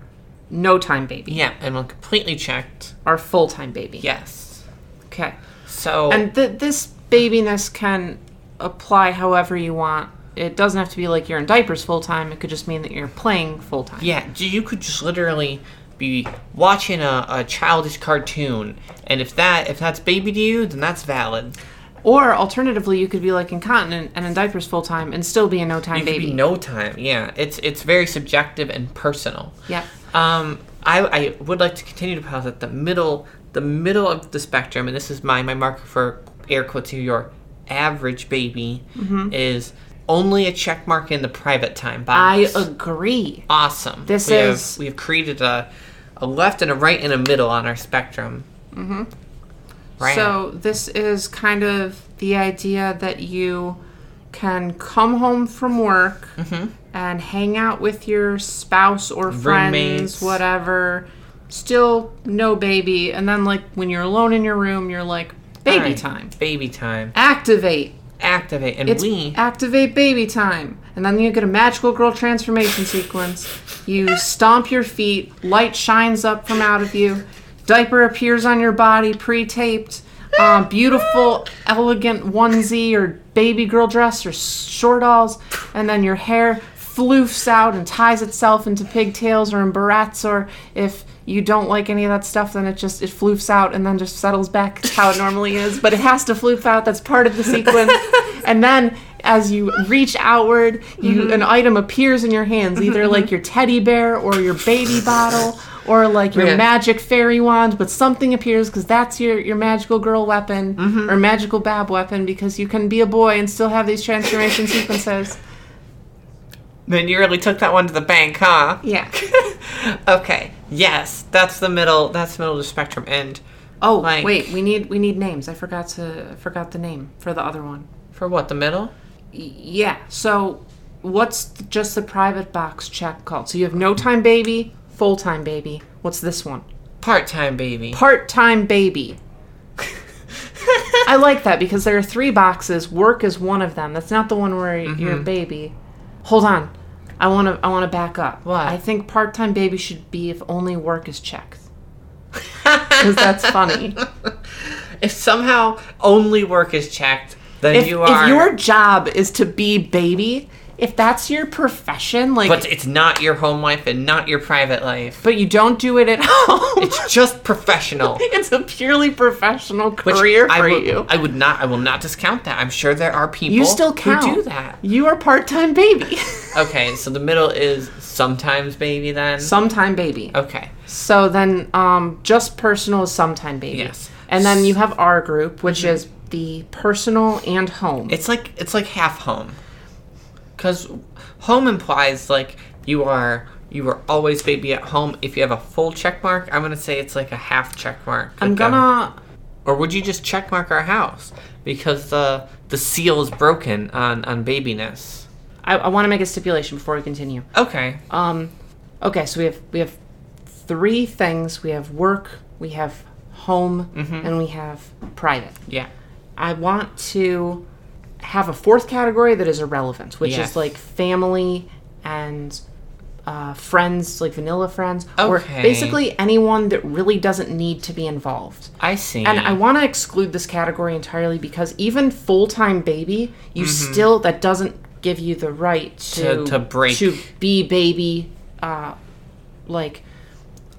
[SPEAKER 2] no time baby,
[SPEAKER 3] yeah, and I'm completely checked.
[SPEAKER 2] are full time baby.
[SPEAKER 3] Yes.
[SPEAKER 2] Okay.
[SPEAKER 3] So
[SPEAKER 2] And th- this babiness can apply however you want. It doesn't have to be like you're in diapers full time. It could just mean that you're playing full time.
[SPEAKER 3] yeah, j- you could just literally be watching a, a childish cartoon, and if that if that's baby to you, then that's valid.
[SPEAKER 2] Or alternatively, you could be like incontinent and in diapers full time and still be a no time
[SPEAKER 3] You could
[SPEAKER 2] baby.
[SPEAKER 3] be no time. Yeah, it's it's very subjective and personal.
[SPEAKER 2] Yep.
[SPEAKER 3] Um, I, I would like to continue to posit the middle the middle of the spectrum, and this is my my marker for air quotes here. Your average baby
[SPEAKER 2] Mm-hmm.
[SPEAKER 3] is only a check mark in the private time
[SPEAKER 2] I
[SPEAKER 3] box.
[SPEAKER 2] agree.
[SPEAKER 3] awesome.
[SPEAKER 2] This
[SPEAKER 3] we
[SPEAKER 2] is-
[SPEAKER 3] have, we have created a a left and a right and a middle on our spectrum. Mm-hmm. Right.
[SPEAKER 2] So this is kind of the idea that you can come home from work
[SPEAKER 3] Mm-hmm.
[SPEAKER 2] and hang out with your spouse or friends,
[SPEAKER 3] Roommates.
[SPEAKER 2] whatever. Still no baby, and then like when you're alone in your room, you're like baby
[SPEAKER 3] Alright.
[SPEAKER 2] time.
[SPEAKER 3] baby time.
[SPEAKER 2] Activate.
[SPEAKER 3] Activate and
[SPEAKER 2] It's
[SPEAKER 3] we
[SPEAKER 2] activate baby time. And then you get a magical girl transformation sequence. You stomp your feet, light shines up from out of you, diaper appears on your body, pre taped. Um, beautiful, elegant onesie or baby girl dress or short alls, and then your hair floofs out and ties itself into pigtails or in barrettes, or if you don't like any of that stuff, then it just it floofs out and then just settles back to how it normally is. But it has to floof out. That's part of the sequence. and then as you reach outward, you an item appears in your hands, either like your teddy bear or your [laughs] baby bottle or like your
[SPEAKER 3] Yeah.
[SPEAKER 2] magic fairy wand. But something appears because that's your your magical girl weapon or magical bab weapon because you can be a boy and still have these transformation sequences.
[SPEAKER 3] Then you really took that one to the bank, huh?
[SPEAKER 2] [laughs] Yeah.
[SPEAKER 3] [laughs] okay. Yes, that's the middle. That's the middle of the spectrum. And
[SPEAKER 2] Oh
[SPEAKER 3] Like-
[SPEAKER 2] wait, we need we need names. I forgot to I forgot the name for the other one.
[SPEAKER 3] for what? The middle?
[SPEAKER 2] Yeah. So, what's th- just the private box check called? So you have no time baby, full time baby. What's this one?
[SPEAKER 3] Part-time baby.
[SPEAKER 2] Part time baby. I like that because there are three boxes. Work is one of them. That's not the one where
[SPEAKER 3] Mm-hmm.
[SPEAKER 2] you're a baby. Hold on. I want to. I want to back up.
[SPEAKER 3] What?
[SPEAKER 2] I think part time baby should be if only work is checked. Because
[SPEAKER 3] [laughs]
[SPEAKER 2] that's funny.
[SPEAKER 3] if somehow only work is checked, then
[SPEAKER 2] If,
[SPEAKER 3] you are.
[SPEAKER 2] if your job is to be baby, if that's your profession, like
[SPEAKER 3] but it's not your home life and not your private life.
[SPEAKER 2] but you don't do it at [laughs] home.
[SPEAKER 3] It's
[SPEAKER 2] [laughs]
[SPEAKER 3] just professional.
[SPEAKER 2] it's a purely professional
[SPEAKER 3] which
[SPEAKER 2] career
[SPEAKER 3] I
[SPEAKER 2] for
[SPEAKER 3] will,
[SPEAKER 2] you.
[SPEAKER 3] I would not. I will not discount that. I'm sure there are people
[SPEAKER 2] you still count.
[SPEAKER 3] who do that.
[SPEAKER 2] You are part-time
[SPEAKER 3] [laughs]
[SPEAKER 2] baby.
[SPEAKER 3] Okay, so the middle is sometimes baby. Then
[SPEAKER 2] Sometime baby.
[SPEAKER 3] okay,
[SPEAKER 2] So then, um, just personal is sometime baby.
[SPEAKER 3] Yes. Mm-hmm.
[SPEAKER 2] And then you have our group, which is the personal and home.
[SPEAKER 3] It's like it's like half home, because home implies like you are you are always baby at home. If you have a full check mark, I'm gonna say it's like a half check mark.
[SPEAKER 2] I'm
[SPEAKER 3] like a-
[SPEAKER 2] gonna.
[SPEAKER 3] or would you just check mark our house because the the seal is broken on on babyness?
[SPEAKER 2] I, I want to make a stipulation before we continue.
[SPEAKER 3] Okay.
[SPEAKER 2] Um, okay, so we have we have three things. We have work, we have home,
[SPEAKER 3] Mm-hmm.
[SPEAKER 2] and we have private.
[SPEAKER 3] yeah.
[SPEAKER 2] I want to have a fourth category that is irrelevant, which
[SPEAKER 3] Yes.
[SPEAKER 2] is like family and uh, friends, like vanilla friends, or
[SPEAKER 3] Okay.
[SPEAKER 2] basically anyone that really doesn't need to be involved.
[SPEAKER 3] I see.
[SPEAKER 2] And I want to exclude this category entirely because even full time baby, you still that doesn't give you the right to
[SPEAKER 3] Mm-hmm. To- to break.
[SPEAKER 2] to be baby, uh, like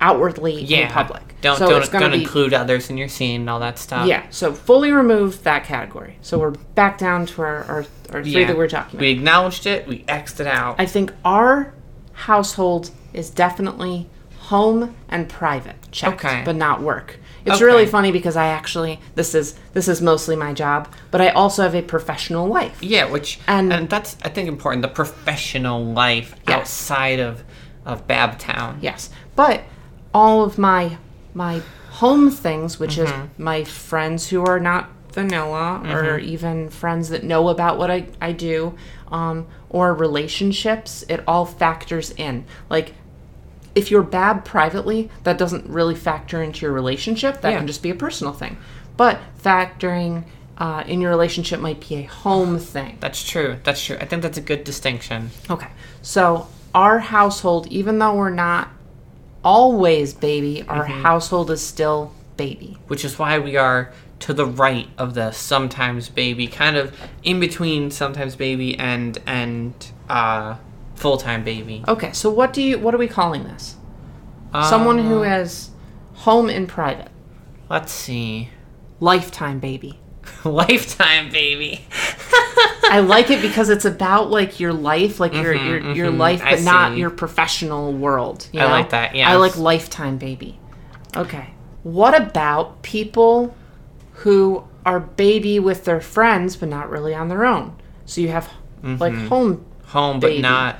[SPEAKER 2] outwardly
[SPEAKER 3] yeah.
[SPEAKER 2] in public.
[SPEAKER 3] Don't
[SPEAKER 2] So it's
[SPEAKER 3] don't,
[SPEAKER 2] gonna
[SPEAKER 3] don't
[SPEAKER 2] be-
[SPEAKER 3] include others in your scene and all that stuff.
[SPEAKER 2] Yeah, so fully remove that category. So we're back down to our our, our three
[SPEAKER 3] Yeah.
[SPEAKER 2] that we're talking about.
[SPEAKER 3] We acknowledged it. We xed it out.
[SPEAKER 2] I think our household is definitely home and private checked,
[SPEAKER 3] Okay.
[SPEAKER 2] but not work. It's
[SPEAKER 3] Okay.
[SPEAKER 2] really funny because I actually this is this is mostly my job, but I also have a professional life.
[SPEAKER 3] Yeah, which
[SPEAKER 2] And-
[SPEAKER 3] and, that's I think important the professional life
[SPEAKER 2] Yes.
[SPEAKER 3] outside of of Babtown.
[SPEAKER 2] Yes, but all of my my home things, which is my friends who are not vanilla or even friends that know about what I, I do, um, or relationships, it all factors in. Like if you're bad privately, that doesn't really factor into your relationship. That
[SPEAKER 3] Yeah.
[SPEAKER 2] can just be a personal thing. But factoring uh, in your relationship might be a home thing.
[SPEAKER 3] That's true. That's true. I think that's a good distinction.
[SPEAKER 2] Okay. So our household, even though we're not always baby, our household is still baby.
[SPEAKER 3] Which is why we are to the right of the sometimes baby, kind of in between sometimes baby and and uh full time baby.
[SPEAKER 2] Okay. So what do you what are we calling this? Someone who has home in private,
[SPEAKER 3] Um, Let's see. [laughs]
[SPEAKER 2] lifetime baby.
[SPEAKER 3] Lifetime baby.
[SPEAKER 2] I like it because it's about like your life, like your your, your life,
[SPEAKER 3] Mm-hmm, I
[SPEAKER 2] but not
[SPEAKER 3] see.
[SPEAKER 2] your professional world. you
[SPEAKER 3] I
[SPEAKER 2] know?
[SPEAKER 3] like that,
[SPEAKER 2] I
[SPEAKER 3] yes.
[SPEAKER 2] like lifetime baby. Okay. What about people who are baby with their friends but not really on their own? So you have like
[SPEAKER 3] Mm-hmm.
[SPEAKER 2] home,
[SPEAKER 3] Home but
[SPEAKER 2] Baby.
[SPEAKER 3] not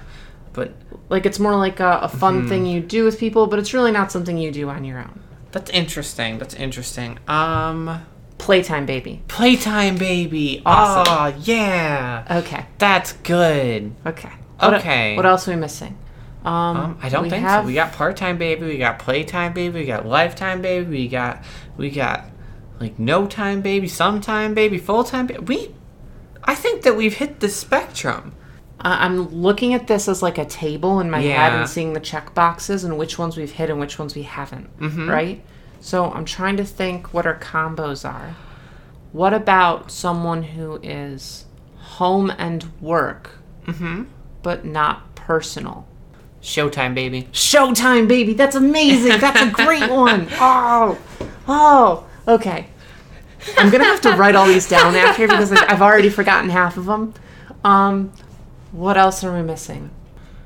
[SPEAKER 3] but
[SPEAKER 2] like it's more like a, a fun
[SPEAKER 3] Mm-hmm.
[SPEAKER 2] thing you do with people, but it's really not something you do on your own.
[SPEAKER 3] that's interesting. That's interesting. Um
[SPEAKER 2] Playtime baby.
[SPEAKER 3] Playtime baby.
[SPEAKER 2] Awesome.
[SPEAKER 3] Awesome. yeah.
[SPEAKER 2] Okay.
[SPEAKER 3] That's good.
[SPEAKER 2] Okay. What-
[SPEAKER 3] Okay.
[SPEAKER 2] What else are we missing? Um,
[SPEAKER 3] Um, I don't
[SPEAKER 2] we
[SPEAKER 3] think
[SPEAKER 2] have-
[SPEAKER 3] so. We got part time baby, we got playtime baby, we got lifetime baby, we got we got like no time baby, sometime baby, full time baby. We I think that we've hit the spectrum.
[SPEAKER 2] I- I'm looking at this as like a table in my head
[SPEAKER 3] Yeah.
[SPEAKER 2] and seeing the check boxes and which ones we've hit and which ones we haven't, right? So I'm trying to think what our combos are. What about someone who is home and work, but not personal?
[SPEAKER 3] Showtime baby.
[SPEAKER 2] Showtime, baby! That's amazing! That's a
[SPEAKER 3] [laughs]
[SPEAKER 2] great one! Oh! Oh! Okay. I'm gonna have to write all these down after because I've I've already forgotten half of them. Um, what else are we missing?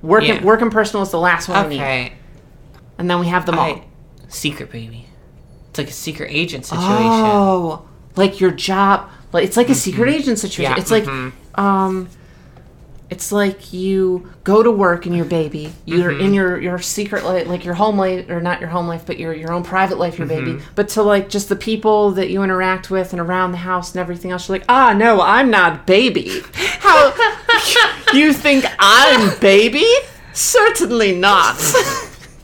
[SPEAKER 2] Work,
[SPEAKER 3] Yeah.
[SPEAKER 2] and, work and personal is the last one we need.
[SPEAKER 3] Okay.
[SPEAKER 2] And then we have them all.
[SPEAKER 3] I- secret baby. It's like a secret agent situation. Mm-hmm.
[SPEAKER 2] Oh! Like your job. Like It's like a secret agent situation.
[SPEAKER 3] Yeah, Mm-hmm.
[SPEAKER 2] it's like, um... It's like you go to work and your baby, you're
[SPEAKER 3] Mm-hmm.
[SPEAKER 2] in your, your secret life, like your home life, or not your home life, but your, your own private life, your baby.
[SPEAKER 3] Mm-hmm.
[SPEAKER 2] But to like just the people that you interact with and around the house and everything else, you're like, ah, no, I'm not baby. How [laughs] you think I'm baby? Certainly not. [laughs]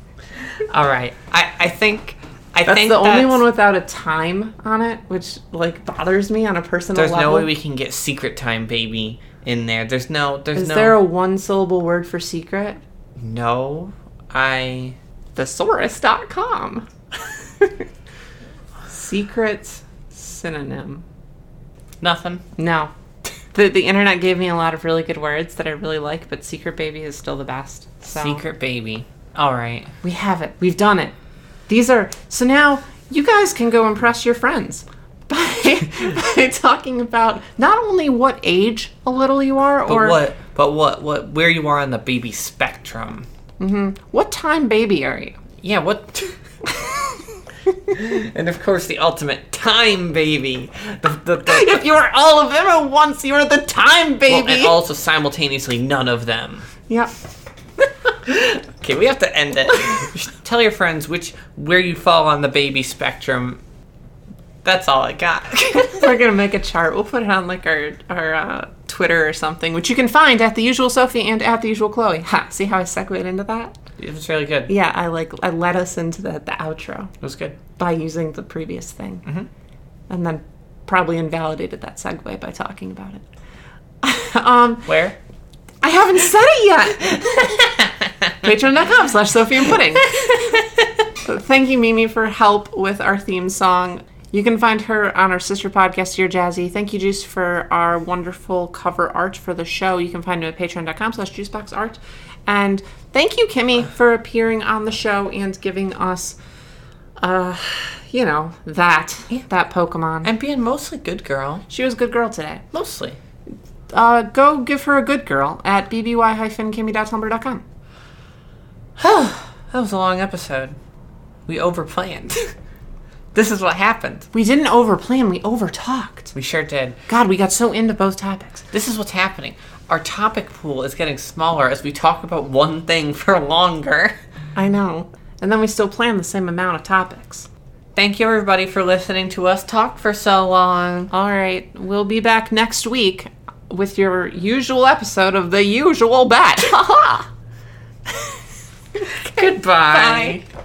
[SPEAKER 3] Alright. I, I think I
[SPEAKER 2] That's
[SPEAKER 3] think
[SPEAKER 2] the only
[SPEAKER 3] that's-
[SPEAKER 2] one without a time on it, which like bothers me on a personal
[SPEAKER 3] There's
[SPEAKER 2] level.
[SPEAKER 3] no way we can get secret time baby in there. There's no there's
[SPEAKER 2] Is
[SPEAKER 3] no
[SPEAKER 2] there a one syllable word for secret?
[SPEAKER 3] No. I
[SPEAKER 2] thesaurus.com. [laughs] Secret synonym.
[SPEAKER 3] nothing.
[SPEAKER 2] No. The, the internet gave me a lot of really good words that I really like, but secret baby is still the best. So
[SPEAKER 3] Secret baby. Alright.
[SPEAKER 2] we have it. We've done it. These are so now you guys can go impress your friends [laughs] by, by talking about not only what age a little you are
[SPEAKER 3] But
[SPEAKER 2] or
[SPEAKER 3] what? But what? What? Where you are on the baby spectrum?
[SPEAKER 2] what time baby are you? [laughs]
[SPEAKER 3] Yeah. What? [laughs] and of course the ultimate time baby. The, the, the,
[SPEAKER 2] if you are all of them at once, you are the time
[SPEAKER 3] well,
[SPEAKER 2] baby.
[SPEAKER 3] and also simultaneously none of them.
[SPEAKER 2] yep.
[SPEAKER 3] Okay, we have to end
[SPEAKER 2] [laughs]
[SPEAKER 3] it. You should Tell your friends which where you fall on the baby spectrum. That's all
[SPEAKER 2] [laughs]
[SPEAKER 3] I got.
[SPEAKER 2] We're gonna make a chart. We'll put it on like our our uh, Twitter or something, which you can find at the usual Sophie and at the usual Chloe. Ha! See how I segued into that?
[SPEAKER 3] it was really good.
[SPEAKER 2] Yeah, I like I led us into the the outro
[SPEAKER 3] It was good.
[SPEAKER 2] by using the previous thing, and then probably invalidated that segue by talking about it. [laughs] um,
[SPEAKER 3] Where?
[SPEAKER 2] I haven't said it yet. Patreon.com slash Sophie and Pudding. But Thank you, Mimi, for help with our theme song. You can find her on our sister podcast, Dear Jazzy. Thank you, Juice, for our wonderful cover art for the show. You can find him at patreon.com slash juiceboxart. And thank you, Kimmy, for appearing on the show and giving us, uh, you know, that, that Pokemon.
[SPEAKER 3] I'm being mostly good girl.
[SPEAKER 2] she was a good girl today.
[SPEAKER 3] Mostly.
[SPEAKER 2] Uh, go give her a good girl at bby-kimmy.tumblr.com.
[SPEAKER 3] That was a long episode. We overplanned. [laughs] this is what happened.
[SPEAKER 2] We didn't overplan, we overtalked.
[SPEAKER 3] We sure did.
[SPEAKER 2] God, we got so into both topics.
[SPEAKER 3] This is what's happening. Our topic pool is getting smaller as we talk about one thing [laughs] for longer.
[SPEAKER 2] I know. And then we still plan the same amount of topics.
[SPEAKER 3] Thank you, everybody, for listening to us talk for so long.
[SPEAKER 2] All right, we'll be back next week with your usual episode [laughs] of The Usual Bet.
[SPEAKER 3] Goodbye.
[SPEAKER 2] Bye.